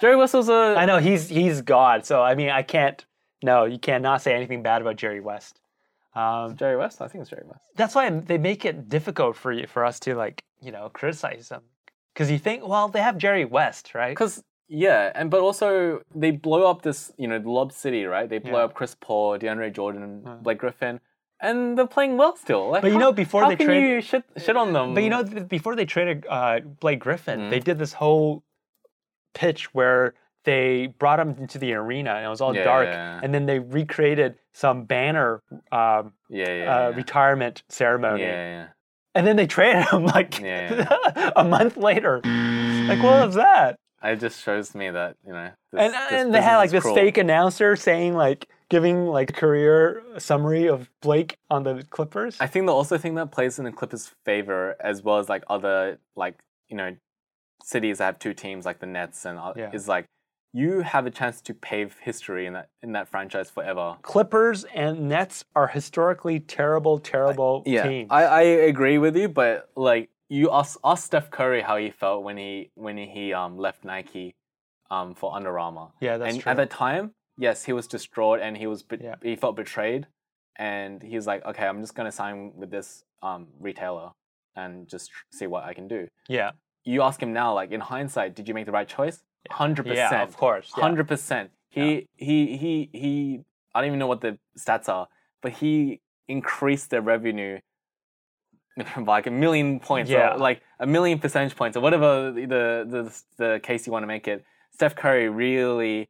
Speaker 2: Jerry West was a
Speaker 1: I know he's he's God, so I mean I can't. No, you cannot say anything bad about Jerry West. Um,
Speaker 2: Jerry West. I think it's Jerry West.
Speaker 1: that's why they make it difficult for you for us to like you know criticize them because you think well they have Jerry West right
Speaker 2: Because yeah, and but also they blow up this, you know, Lob City, right? They blow
Speaker 1: Yeah.
Speaker 2: up Chris Paul, DeAndre Jordan,
Speaker 1: Mm.
Speaker 2: Blake Griffin, and they're playing well still. Like,
Speaker 1: But you
Speaker 2: how-
Speaker 1: know, before
Speaker 2: how
Speaker 1: they
Speaker 2: can
Speaker 1: trade-
Speaker 2: you shit, shit on them.
Speaker 1: but you know th- before they traded uh, Blake Griffin
Speaker 2: Mhm.
Speaker 1: they did this whole pitch where they brought him into the arena and it was all
Speaker 2: Yeah,
Speaker 1: dark
Speaker 2: yeah.
Speaker 1: and then they recreated some banner um,
Speaker 2: yeah, yeah,
Speaker 1: uh,
Speaker 2: yeah.
Speaker 1: retirement ceremony
Speaker 2: yeah, yeah.
Speaker 1: and then they traded him like
Speaker 2: Yeah,
Speaker 1: a month later like what was that
Speaker 2: It just shows me that you know. This,
Speaker 1: and uh,
Speaker 2: this
Speaker 1: and they had
Speaker 2: business
Speaker 1: like
Speaker 2: is
Speaker 1: this
Speaker 2: cruel.
Speaker 1: fake announcer saying like giving like career summary of Blake on the Clippers.
Speaker 2: I think the also thing that plays in the Clippers' favor, as well as like other like you know cities that have two teams like the Nets and oth-
Speaker 1: Yeah.
Speaker 2: is like you have a chance to pave history in that in that franchise forever.
Speaker 1: Clippers and Nets are historically terrible, terrible teams.
Speaker 2: I, I agree with you, but like you ask ask Steph Curry how he felt when he when he um left Nike um for Under Armour.
Speaker 1: yeah, that's
Speaker 2: and
Speaker 1: true.
Speaker 2: at the time, yes, he was distraught and he was be-
Speaker 1: Yeah.
Speaker 2: he felt betrayed and he was like, Okay, I'm just gonna sign with this um retailer and just tr- see what I can do.
Speaker 1: yeah,
Speaker 2: You ask him now, like in hindsight, did you make the right choice? Hundred
Speaker 1: yeah,
Speaker 2: percent
Speaker 1: of course. yeah.
Speaker 2: hundred percent. He he he he. I don't even know what the stats are, but he increased their revenue by like a million points,
Speaker 1: Yeah.
Speaker 2: or like a million percentage points, or whatever the the the, the case you want to make it. Steph Curry really,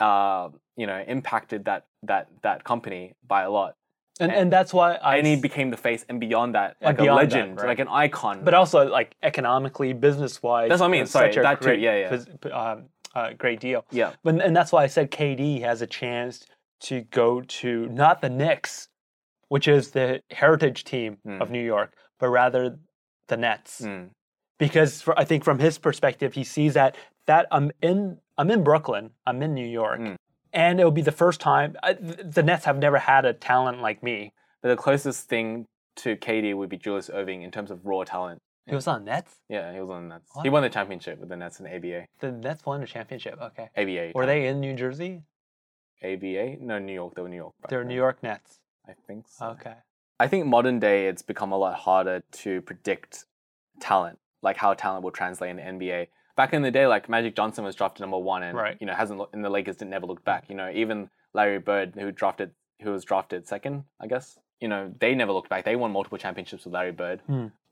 Speaker 2: uh, you know, impacted that that that company by a lot,
Speaker 1: And, and that's why I.
Speaker 2: and he
Speaker 1: s-
Speaker 2: became the face, and beyond that,
Speaker 1: And
Speaker 2: like a
Speaker 1: beyond that,
Speaker 2: legend,
Speaker 1: right.
Speaker 2: like an icon.
Speaker 1: but also like economically, business wise.
Speaker 2: That's what I mean, sorry, that too,
Speaker 1: great,
Speaker 2: yeah, yeah.
Speaker 1: phys- Um, uh, great deal.
Speaker 2: yeah,
Speaker 1: But, and that's why I said KD has a chance to go to not the Knicks, which is the heritage team
Speaker 2: Mm.
Speaker 1: of New York, but rather the Nets.
Speaker 2: Mm.
Speaker 1: Because for, I think from his perspective, he sees that that I'm in I'm in Brooklyn, I'm in New York,
Speaker 2: Mm.
Speaker 1: and it'll be the first time I, th- the Nets have never had a talent like me.
Speaker 2: but the closest thing to KD would be Julius Irving in terms of raw talent.
Speaker 1: He was on Nets.
Speaker 2: Yeah, he was on the Nets.
Speaker 1: What?
Speaker 2: He won the championship with the Nets and ABA.
Speaker 1: The Nets won a championship. Okay,
Speaker 2: ABA.
Speaker 1: were they in New Jersey?
Speaker 2: ABA? No, New York. They were New York. back
Speaker 1: They're
Speaker 2: then.
Speaker 1: New York Nets.
Speaker 2: I think so.
Speaker 1: Okay.
Speaker 2: I think modern day it's become a lot harder to predict talent, like how talent will translate in the NBA. back in the day, like Magic Johnson was drafted number one, and
Speaker 1: Right.
Speaker 2: you know hasn't lo- and the Lakers didn't never looked back. You know, even Larry Bird, who drafted who was drafted second, I guess. You know, they never looked back. They won multiple championships with Larry Bird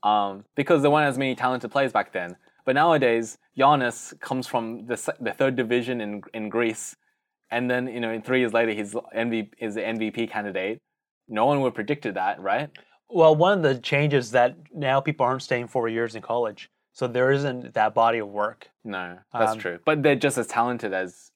Speaker 2: um, because there weren't as many talented players back then. But nowadays, Giannis comes from the, se- the third division in in Greece, and then you know, in three years later, he's MVP is the MVP candidate. No one would have predicted that, right?
Speaker 1: Well, one of the changes that now people aren't staying four years in college, so there isn't that body of work.
Speaker 2: No, that's
Speaker 1: Um,
Speaker 2: true. But they're just as talented as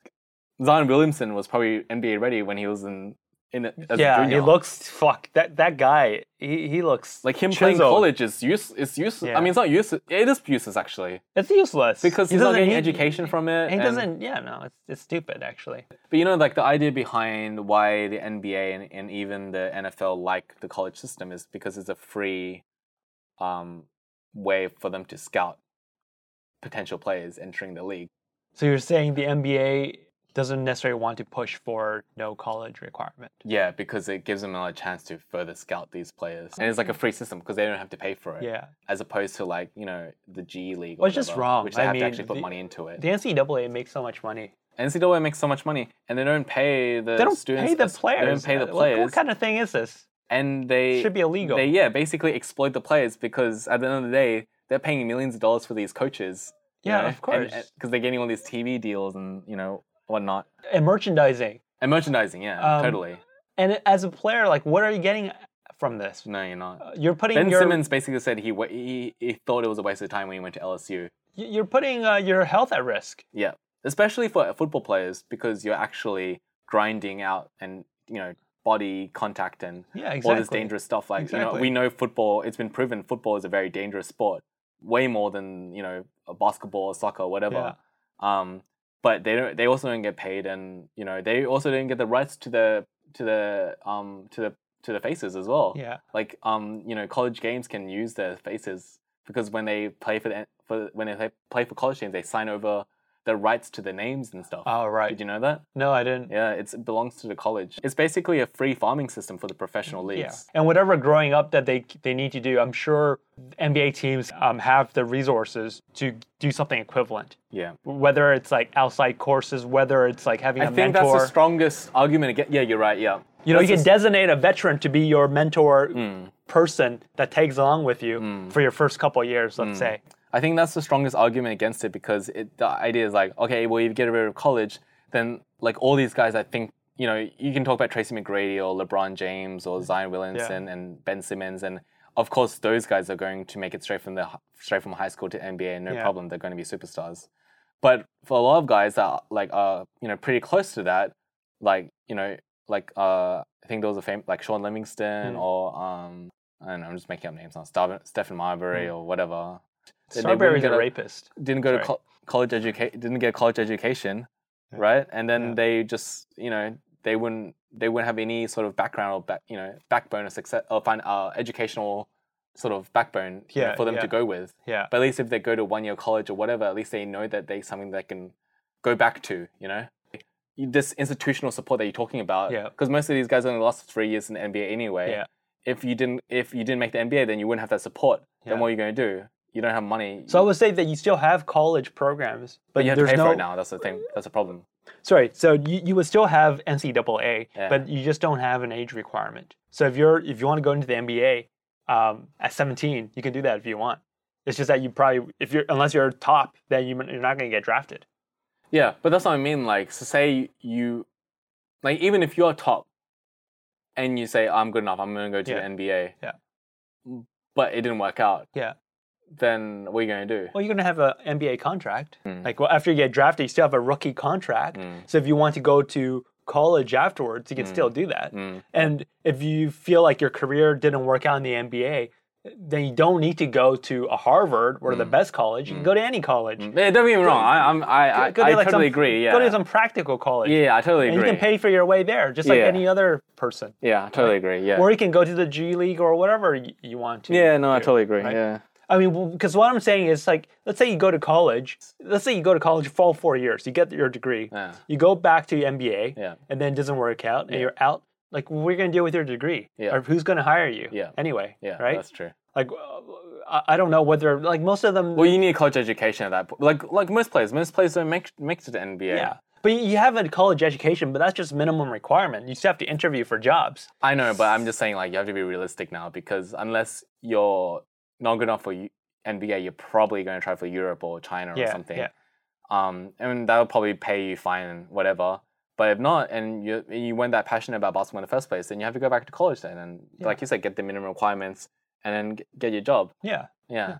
Speaker 2: Zion Williamson was probably NBA ready when he was in in as a
Speaker 1: yeah,
Speaker 2: junior.
Speaker 1: he looks fuck that that guy. He he looks
Speaker 2: like him playing
Speaker 1: chiseled.
Speaker 2: college is use it's useless.
Speaker 1: Yeah.
Speaker 2: I mean, it's not useless. It is useless actually
Speaker 1: It's useless
Speaker 2: because
Speaker 1: He
Speaker 2: he's not
Speaker 1: doesn't
Speaker 2: getting
Speaker 1: need-
Speaker 2: education from it.
Speaker 1: He
Speaker 2: and-
Speaker 1: doesn't. Yeah, no, it's it's stupid actually.
Speaker 2: But you know, like the idea behind why the NBA and, and even the NFL like the college system is because it's a free um, way for them to scout potential players entering the league.
Speaker 1: So you're saying the NBA doesn't necessarily want to push for no college requirement.
Speaker 2: Yeah, because it gives them a chance to further scout these players, and it's like a free system because they don't have to pay for it.
Speaker 1: Yeah,
Speaker 2: As opposed to like you know the G League, or
Speaker 1: Well, it's just
Speaker 2: whatever,
Speaker 1: wrong.
Speaker 2: Which they
Speaker 1: I
Speaker 2: have
Speaker 1: mean,
Speaker 2: to actually put
Speaker 1: the-
Speaker 2: money into it.
Speaker 1: the NCAA makes so much money.
Speaker 2: NCAA makes so much money, and they don't pay the
Speaker 1: They don't
Speaker 2: students.
Speaker 1: pay the
Speaker 2: as-
Speaker 1: players. Uh,
Speaker 2: They don't pay the
Speaker 1: What-
Speaker 2: players,
Speaker 1: What, kind of thing is this?
Speaker 2: and they
Speaker 1: Should be illegal.
Speaker 2: They yeah, basically exploit the players because at the end of the day, they're paying millions of dollars for these coaches. you
Speaker 1: Yeah,
Speaker 2: know,
Speaker 1: of course. And,
Speaker 2: because they're getting all these TV deals and you know whatnot
Speaker 1: merchandising.
Speaker 2: and merchandising. Yeah,
Speaker 1: Um,
Speaker 2: totally.
Speaker 1: And as a player, like, what are you getting from this?
Speaker 2: No, you're not.
Speaker 1: Uh, You're putting
Speaker 2: Ben
Speaker 1: your
Speaker 2: Simmons basically said he, wa- he he thought it was a waste of time when he went to LSU.
Speaker 1: y- you're putting uh, your health at risk.
Speaker 2: Yeah, especially for football players because you're actually grinding out and you know body contact and
Speaker 1: Yeah,
Speaker 2: all this
Speaker 1: exactly.
Speaker 2: dangerous stuff. Like you know,
Speaker 1: Exactly.
Speaker 2: we know football. It's been proven football is a very dangerous sport, way more than you know a basketball, or soccer, whatever. Um, but they don't. They also don't get paid, and you know they also don't get the rights to the to the um to the to the faces as well.
Speaker 1: Yeah,
Speaker 2: Like um you know college games can use their faces because when they play for the, for when they play- play for college teams, they sign over the rights to the names and stuff.
Speaker 1: Oh, right.
Speaker 2: Did you know that?
Speaker 1: no, I didn't.
Speaker 2: Yeah, it's, it belongs to the college. It's basically a free farming system for the professional leagues.
Speaker 1: Yeah, and whatever growing up that they they need to do, I'm sure NBA teams um, have the resources to do something equivalent.
Speaker 2: Yeah.
Speaker 1: Whether it's like outside courses, whether it's like having a
Speaker 2: I think
Speaker 1: mentor.
Speaker 2: that's the strongest argument. Again. Yeah, you're right. Yeah.
Speaker 1: you know, you can
Speaker 2: That's the s-
Speaker 1: designate a veteran to be your mentor
Speaker 2: Hmm.
Speaker 1: person that tags along with you for your first couple years,
Speaker 2: Hmm.
Speaker 1: let's say.
Speaker 2: I think that's the strongest argument against it because it, the idea is like, okay, well, you get rid of college, then like all these guys, I think, you know, you can talk about Tracy McGrady or LeBron James or Zion Williamson and Ben Simmons. And of course, those guys are going to make it straight from the hi- straight from high school to NBA. No
Speaker 1: Yeah.
Speaker 2: problem. They're going to be superstars. But for a lot of guys that are, like are, you know, pretty close to that, like, you know, like uh, I think there was a fam- like Sean Livingston
Speaker 1: Mm.
Speaker 2: or um, I don't know, I'm just making up names now, Stav- Stephen Marbury or whatever. Then they wouldn't
Speaker 1: Strawberry's
Speaker 2: get
Speaker 1: a
Speaker 2: a-
Speaker 1: rapist.
Speaker 2: didn't go to
Speaker 1: Sorry.
Speaker 2: col- college educa- didn't get a college education, right? And then
Speaker 1: Yeah.
Speaker 2: they just you know they wouldn't they wouldn't have any sort of background or back, you know backbone of success or fin- uh, educational sort of backbone you know,
Speaker 1: Yeah,
Speaker 2: for them
Speaker 1: yeah.
Speaker 2: to go with.
Speaker 1: Yeah.
Speaker 2: But at least if they go to one year college or whatever, at least they know that they something they can go back to. You know, You- this institutional support that you're talking about.
Speaker 1: Yeah.
Speaker 2: Because most of these guys only last three years in the NBA anyway.
Speaker 1: Yeah.
Speaker 2: If you didn't if you didn't make the NBA, then you wouldn't have that support.
Speaker 1: Yeah.
Speaker 2: Then what are you going to do? You don't have money.
Speaker 1: So I would say that you still have college programs, but
Speaker 2: But you have to
Speaker 1: there's
Speaker 2: pay
Speaker 1: no.
Speaker 2: for it now. That's the thing. That's the problem.
Speaker 1: Sorry, so you, you would still have NCAA,
Speaker 2: Yeah.
Speaker 1: but you just don't have an age requirement. So if you're if you want to go into the NBA um, at 17, you can do that if you want. It's just that you probably if you're unless you're top, then you, you're not going to get drafted.
Speaker 2: Yeah, but that's what I mean. Like, so say you, like, even if you're top, and you say I'm good enough, I'm gonna go to
Speaker 1: Yeah.
Speaker 2: the NBA.
Speaker 1: Yeah.
Speaker 2: But it didn't work out.
Speaker 1: Yeah.
Speaker 2: Then what are you gonna do?
Speaker 1: Well, you're going to have an NBA contract.
Speaker 2: Hmm.
Speaker 1: Like, well, after you get drafted, you still have a rookie contract. So if you want to go to college afterwards, you can still
Speaker 2: Hmm.
Speaker 1: do that. And if you feel like your career didn't work out in the NBA, then you don't need to go to a Harvard or
Speaker 2: Hmm.
Speaker 1: the best college. You can go to any college.
Speaker 2: Mm, Yeah, don't get me wrong. I, I'm, Hmm. I, I,
Speaker 1: Go
Speaker 2: I
Speaker 1: like,
Speaker 2: totally
Speaker 1: some,
Speaker 2: agree. Yeah.
Speaker 1: Go to some practical college.
Speaker 2: yeah, I totally
Speaker 1: And you
Speaker 2: agree.
Speaker 1: can pay for your way there, just like
Speaker 2: Yeah.
Speaker 1: any other person.
Speaker 2: yeah, I totally agree. Yeah.
Speaker 1: Or you can go to the G League or whatever y- you want to.
Speaker 2: yeah, no, I
Speaker 1: do.
Speaker 2: totally agree.
Speaker 1: right?
Speaker 2: Yeah.
Speaker 1: I mean, because what I'm saying is like, let's say you go to college. Let's say you go to college for all four years. You get your degree.
Speaker 2: Yeah.
Speaker 1: You go back to your MBA,
Speaker 2: Yeah.
Speaker 1: and then it doesn't work out, and you're out. Like, we're gonna deal with your degree,
Speaker 2: Yeah.
Speaker 1: or who's gonna hire you?
Speaker 2: Yeah.
Speaker 1: Anyway.
Speaker 2: Yeah.
Speaker 1: Right.
Speaker 2: That's true.
Speaker 1: Like, uh, I, I don't know whether like most of them.
Speaker 2: Well, you need college education at that point. Like like most players, most players don't make make it to the NBA.
Speaker 1: yeah. But you have a college education, but that's just minimum requirement. You still have to interview for jobs.
Speaker 2: I know, but I'm just saying like you have to be realistic now because unless you're not good enough for U- NBA, you're probably going to try for Europe or China or
Speaker 1: Yeah,
Speaker 2: something.
Speaker 1: yeah.
Speaker 2: Um, and that'll probably pay you fine and whatever. But if not, and you you weren't that passionate about basketball in the first place, then you have to go back to college then, and like you said, get the minimum requirements and then g- get your job.
Speaker 1: Yeah.
Speaker 2: Yeah.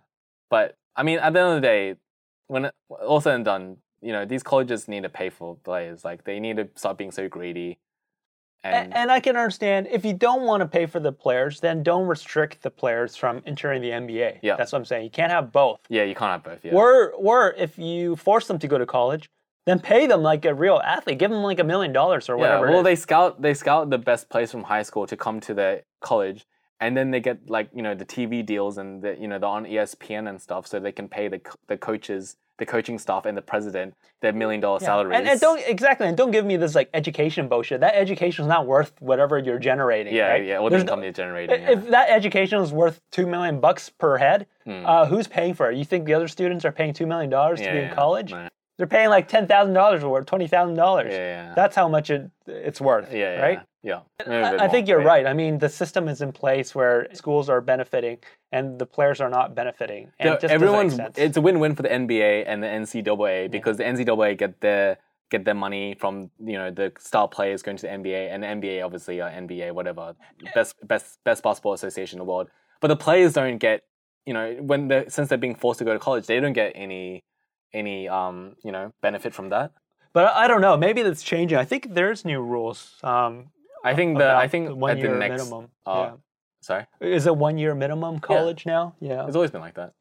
Speaker 2: But I mean, at the end of the day, when it, all said and done, you know, these colleges need to pay for players. Like they need to stop being so greedy.
Speaker 1: And, and I can understand if you don't want to pay for the players, then don't restrict the players from entering the NBA.
Speaker 2: Yeah.
Speaker 1: That's what I'm saying. You can't have both.
Speaker 2: Yeah, you can't have both. Yeah.
Speaker 1: Or, or if you force them to go to college, then pay them like a real athlete. Give them like a million dollars or
Speaker 2: yeah.
Speaker 1: whatever.
Speaker 2: Well,
Speaker 1: it is.
Speaker 2: they scout they scout the best players from high school to come to their college, and then they get like you know the TV deals and the, you know they're on E ESPN and stuff, so they can pay the co- the coaches, the coaching staff, and the president their million dollar salaries.
Speaker 1: and, and don't exactly and don't give me this like education bullshit. That education is not worth whatever you're generating.
Speaker 2: Yeah,
Speaker 1: right?
Speaker 2: yeah. Or the
Speaker 1: There's
Speaker 2: income
Speaker 1: no-
Speaker 2: they're generating. yeah. Hmm.
Speaker 1: If that education is worth two million bucks per head, uh, who's paying for it? You think the other students are paying two million dollars to
Speaker 2: Yeah,
Speaker 1: be in
Speaker 2: yeah,
Speaker 1: college?
Speaker 2: no.
Speaker 1: They're paying like ten thousand dollars or twenty thousand dollars.
Speaker 2: Yeah, yeah.
Speaker 1: That's how much it, it's worth.
Speaker 2: yeah, yeah,
Speaker 1: right.
Speaker 2: Yeah. Maybe a bit
Speaker 1: I, I think
Speaker 2: more,
Speaker 1: you're
Speaker 2: yeah.
Speaker 1: right. I mean, the system is in place where schools are benefiting and the players are not benefiting. And
Speaker 2: Yeah,
Speaker 1: it just doesn't make
Speaker 2: everyone's
Speaker 1: sense.
Speaker 2: it's a win-win for the NBA and the NCAA because the NCAA get their get their money from you know the star players going to the NBA and the NBA obviously are NBA whatever best best best basketball association in the world, but the players don't get you know when they since they're being forced to go to college they don't get any any um you know benefit from that.
Speaker 1: but I, I don't know. Maybe that's changing. I think there's new rules. Um,
Speaker 2: I think the
Speaker 1: about
Speaker 2: I think
Speaker 1: one
Speaker 2: at the
Speaker 1: year
Speaker 2: next
Speaker 1: minimum.
Speaker 2: uh, sorry
Speaker 1: yeah. Is it one year minimum college now? Yeah.
Speaker 2: it's always been like that.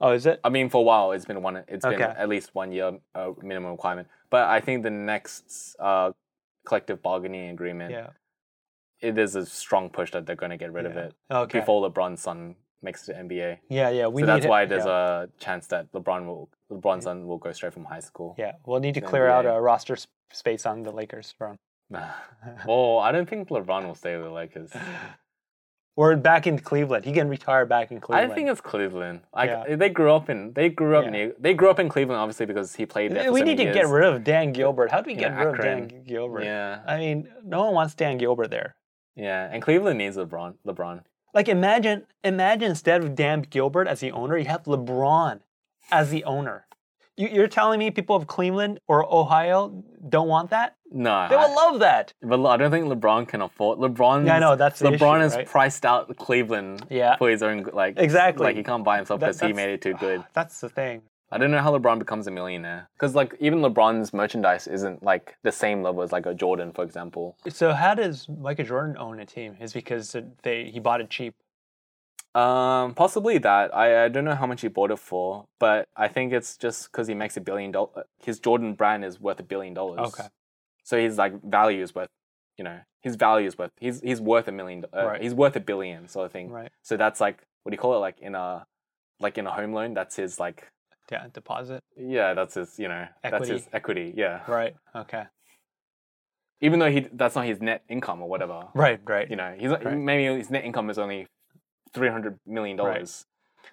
Speaker 1: Oh, is it?
Speaker 2: I mean, for a while, it's been one. It's been
Speaker 1: Okay.
Speaker 2: at least one year uh, minimum requirement. But I think the next uh, collective bargaining agreement,
Speaker 1: Yeah.
Speaker 2: it is a strong push that they're going to get rid of
Speaker 1: Yeah.
Speaker 2: it
Speaker 1: Okay.
Speaker 2: before LeBron's son makes it to NBA.
Speaker 1: yeah, yeah. We need
Speaker 2: so that's
Speaker 1: it-
Speaker 2: why there's
Speaker 1: yeah.
Speaker 2: a chance that LeBron will LeBron's son will go straight from high school.
Speaker 1: Yeah, we'll need to
Speaker 2: the
Speaker 1: clear out
Speaker 2: NBA.
Speaker 1: a roster s- space on the Lakers from.
Speaker 2: well, I don't think LeBron will stay with the Lakers.
Speaker 1: Or back in Cleveland. He can retire back in
Speaker 2: I
Speaker 1: Cleveland.
Speaker 2: think it's Cleveland. Like
Speaker 1: Yeah.
Speaker 2: they grew up in they grew up
Speaker 1: Yeah.
Speaker 2: near they grew up in Cleveland obviously because he played there. for
Speaker 1: we
Speaker 2: so
Speaker 1: need to
Speaker 2: many
Speaker 1: get
Speaker 2: years.
Speaker 1: rid of Dan Gilbert. How do we
Speaker 2: Yeah,
Speaker 1: get rid of Dan
Speaker 2: Akron.
Speaker 1: G- Gilbert?
Speaker 2: Yeah,
Speaker 1: I mean, no one wants Dan Gilbert there.
Speaker 2: yeah, and Cleveland needs LeBron. LeBron.
Speaker 1: Like imagine imagine instead of Dan Gilbert as the owner, you have LeBron as the owner. You, you're telling me people of Cleveland or Ohio don't want that?
Speaker 2: No,
Speaker 1: They
Speaker 2: I-
Speaker 1: will love that.
Speaker 2: But I don't think LeBron can afford LeBron.
Speaker 1: Yeah, I know, that's the
Speaker 2: LeBron
Speaker 1: issue,
Speaker 2: has
Speaker 1: right?
Speaker 2: priced out Cleveland
Speaker 1: Yeah.
Speaker 2: for his own like
Speaker 1: Exactly.
Speaker 2: Like he can't buy himself
Speaker 1: That-
Speaker 2: because he
Speaker 1: that's-
Speaker 2: made it too good.
Speaker 1: That's the thing.
Speaker 2: I don't know how LeBron becomes a millionaire because like even LeBron's merchandise isn't like the same level as like a Jordan, for example.
Speaker 1: So how does Michael Jordan own a team? Is because they he bought it cheap.
Speaker 2: Um, possibly that I, I don't know how much he bought it for, but I think it's just because he makes a billion dollar. His Jordan brand is worth a billion dollars.
Speaker 1: Okay.
Speaker 2: So his like value is worth, you know, his value is worth. He's he's worth a million. do- Uh,
Speaker 1: Right.
Speaker 2: He's worth a billion sort of thing.
Speaker 1: Right.
Speaker 2: So that's like what do you call it? Like in a like in a home loan, that's his like
Speaker 1: Yeah, deposit.
Speaker 2: yeah, that's his you know that's
Speaker 1: Equity.
Speaker 2: his equity. Yeah.
Speaker 1: Right. Okay.
Speaker 2: Even though he that's not his net income or whatever.
Speaker 1: Right, right.
Speaker 2: You know, he's not-
Speaker 1: Right.
Speaker 2: maybe his net income is only three hundred million dollars.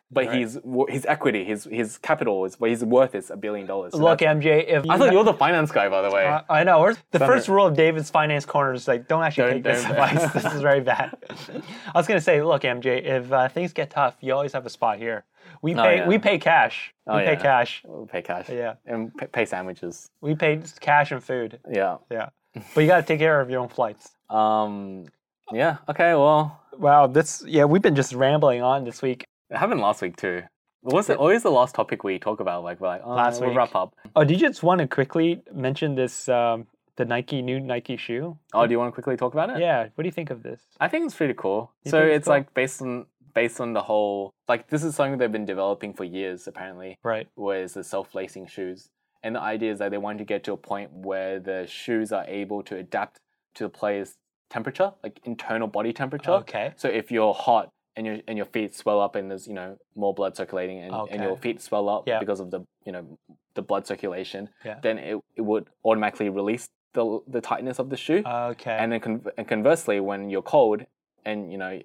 Speaker 2: But
Speaker 1: Right.
Speaker 2: he's wo- his equity, his his capital is what he's worth is a billion dollars. So
Speaker 1: Look, Uh,
Speaker 2: that's-
Speaker 1: MJ, if
Speaker 2: I thought you were the finance guy, by the way.
Speaker 1: I, I know. Where's the
Speaker 2: Thunder-
Speaker 1: first rule of David's finance corner is like, don't actually take
Speaker 2: Don't-
Speaker 1: this
Speaker 2: don't-
Speaker 1: advice. this is very bad. I was gonna say, look, MJ, if uh, things get tough, you always have a spot here. We pay,
Speaker 2: Oh, yeah.
Speaker 1: we pay cash.
Speaker 2: Oh,
Speaker 1: we pay
Speaker 2: yeah.
Speaker 1: cash.
Speaker 2: We'll pay cash.
Speaker 1: Yeah.
Speaker 2: And pay, pay sandwiches.
Speaker 1: We pay cash and food.
Speaker 2: Yeah.
Speaker 1: Yeah, but you gotta take care of your own flights.
Speaker 2: Um. Yeah. Okay. Well,
Speaker 1: Wow, this yeah, we've been just rambling on this week.
Speaker 2: It happened last week too. Was it always the last topic we talk about? Like we're like, oh,
Speaker 1: Last
Speaker 2: we'll
Speaker 1: week.
Speaker 2: wrap up.
Speaker 1: Oh, did you just want to quickly mention this um, the Nike new Nike shoe?
Speaker 2: Oh, do you want to quickly talk about it?
Speaker 1: Yeah, what do you think of this?
Speaker 2: I think it's pretty cool.
Speaker 1: You
Speaker 2: so
Speaker 1: think it's
Speaker 2: it's like based on based on the whole like this is something they've been developing for years apparently,
Speaker 1: Right.
Speaker 2: was the self lacing shoes. And the idea is that they want to get to a point where the shoes are able to adapt to the player's temperature, like internal body temperature.
Speaker 1: Okay.
Speaker 2: So if you're hot and your and your feet swell up and there's you know more blood circulating and, and your
Speaker 1: Okay.
Speaker 2: feet swell up
Speaker 1: Yeah.
Speaker 2: because of the you know the blood circulation,
Speaker 1: Yeah.
Speaker 2: then it, it would automatically release the the tightness of the shoe.
Speaker 1: Okay.
Speaker 2: and then con- and conversely, when you're cold and you know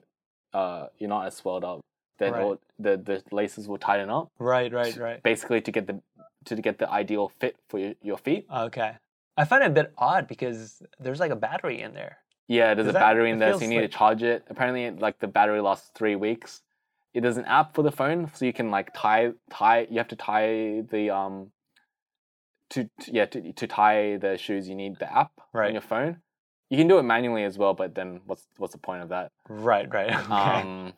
Speaker 2: uh, you're not as swelled up, then
Speaker 1: Right.
Speaker 2: it'll- the the laces will tighten up,
Speaker 1: Right, right, right.
Speaker 2: basically to get the to get the ideal fit for your, your feet.
Speaker 1: Okay. I find it a bit odd because there's like a battery in there.
Speaker 2: Yeah, there's
Speaker 1: Is
Speaker 2: a
Speaker 1: that-
Speaker 2: battery
Speaker 1: it
Speaker 2: in there, so
Speaker 1: feels
Speaker 2: you need
Speaker 1: like-
Speaker 2: to charge it. Apparently, like the battery lasts three weeks. It is an app for the phone, so you can like tie tie. You have to tie the um. To, to yeah to, to tie the shoes, you need the app
Speaker 1: Right.
Speaker 2: on your phone. You can do it manually as well, but then what's what's the point of that?
Speaker 1: Right, right. Okay.
Speaker 2: Um,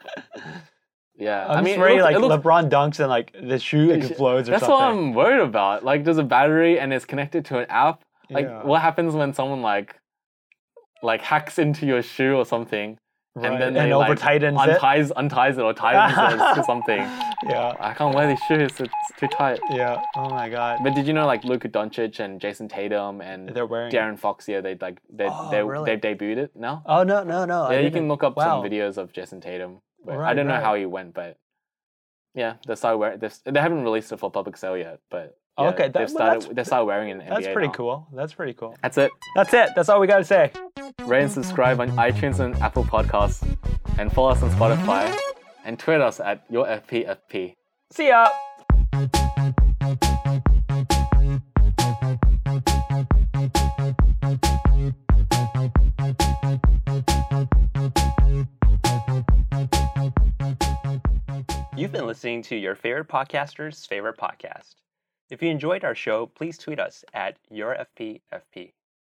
Speaker 2: yeah,
Speaker 1: I'm
Speaker 2: mean,
Speaker 1: just
Speaker 2: it
Speaker 1: worried
Speaker 2: looks-
Speaker 1: like
Speaker 2: it looks-
Speaker 1: LeBron dunks and like the shoe explodes or
Speaker 2: that's
Speaker 1: something.
Speaker 2: what I'm worried about. Like, there's a battery and it's connected to an app. Like,
Speaker 1: Yeah.
Speaker 2: what happens when someone like like hacks into your shoe or something?
Speaker 1: Right.
Speaker 2: then
Speaker 1: and
Speaker 2: they,
Speaker 1: over
Speaker 2: like,
Speaker 1: tightens it.
Speaker 2: unties unties it or tightens it to something.
Speaker 1: Yeah,
Speaker 2: I can't wear these shoes; it's too tight.
Speaker 1: yeah. Oh my god.
Speaker 2: But did you know, like Luka Doncic and Jason Tatum and
Speaker 1: They're wearing.
Speaker 2: Darren Fox? Yeah, they like they
Speaker 1: Oh,
Speaker 2: they
Speaker 1: really?
Speaker 2: they've debuted it now.
Speaker 1: Oh no, no, no. I
Speaker 2: yeah, you
Speaker 1: didn't-
Speaker 2: can look up
Speaker 1: wow.
Speaker 2: some videos of Jason Tatum. But I
Speaker 1: Right,
Speaker 2: don't
Speaker 1: right.
Speaker 2: know how he went, but yeah, they started wearing. They they haven't released it for public sale yet, but yeah,
Speaker 1: Okay, that- well,
Speaker 2: they've started.
Speaker 1: that's-
Speaker 2: they started wearing it. In the
Speaker 1: That's
Speaker 2: NBA
Speaker 1: pretty
Speaker 2: now.
Speaker 1: cool. That's pretty cool.
Speaker 2: That's it.
Speaker 1: That's it. That's all we gotta say.
Speaker 2: Rate and subscribe on iTunes and Apple Podcasts, and follow us on Spotify, and tweet us at your FPFP.
Speaker 1: See ya. You've been listening to your favorite podcaster's favorite podcast. If you enjoyed our show, please tweet us at yourfpfp.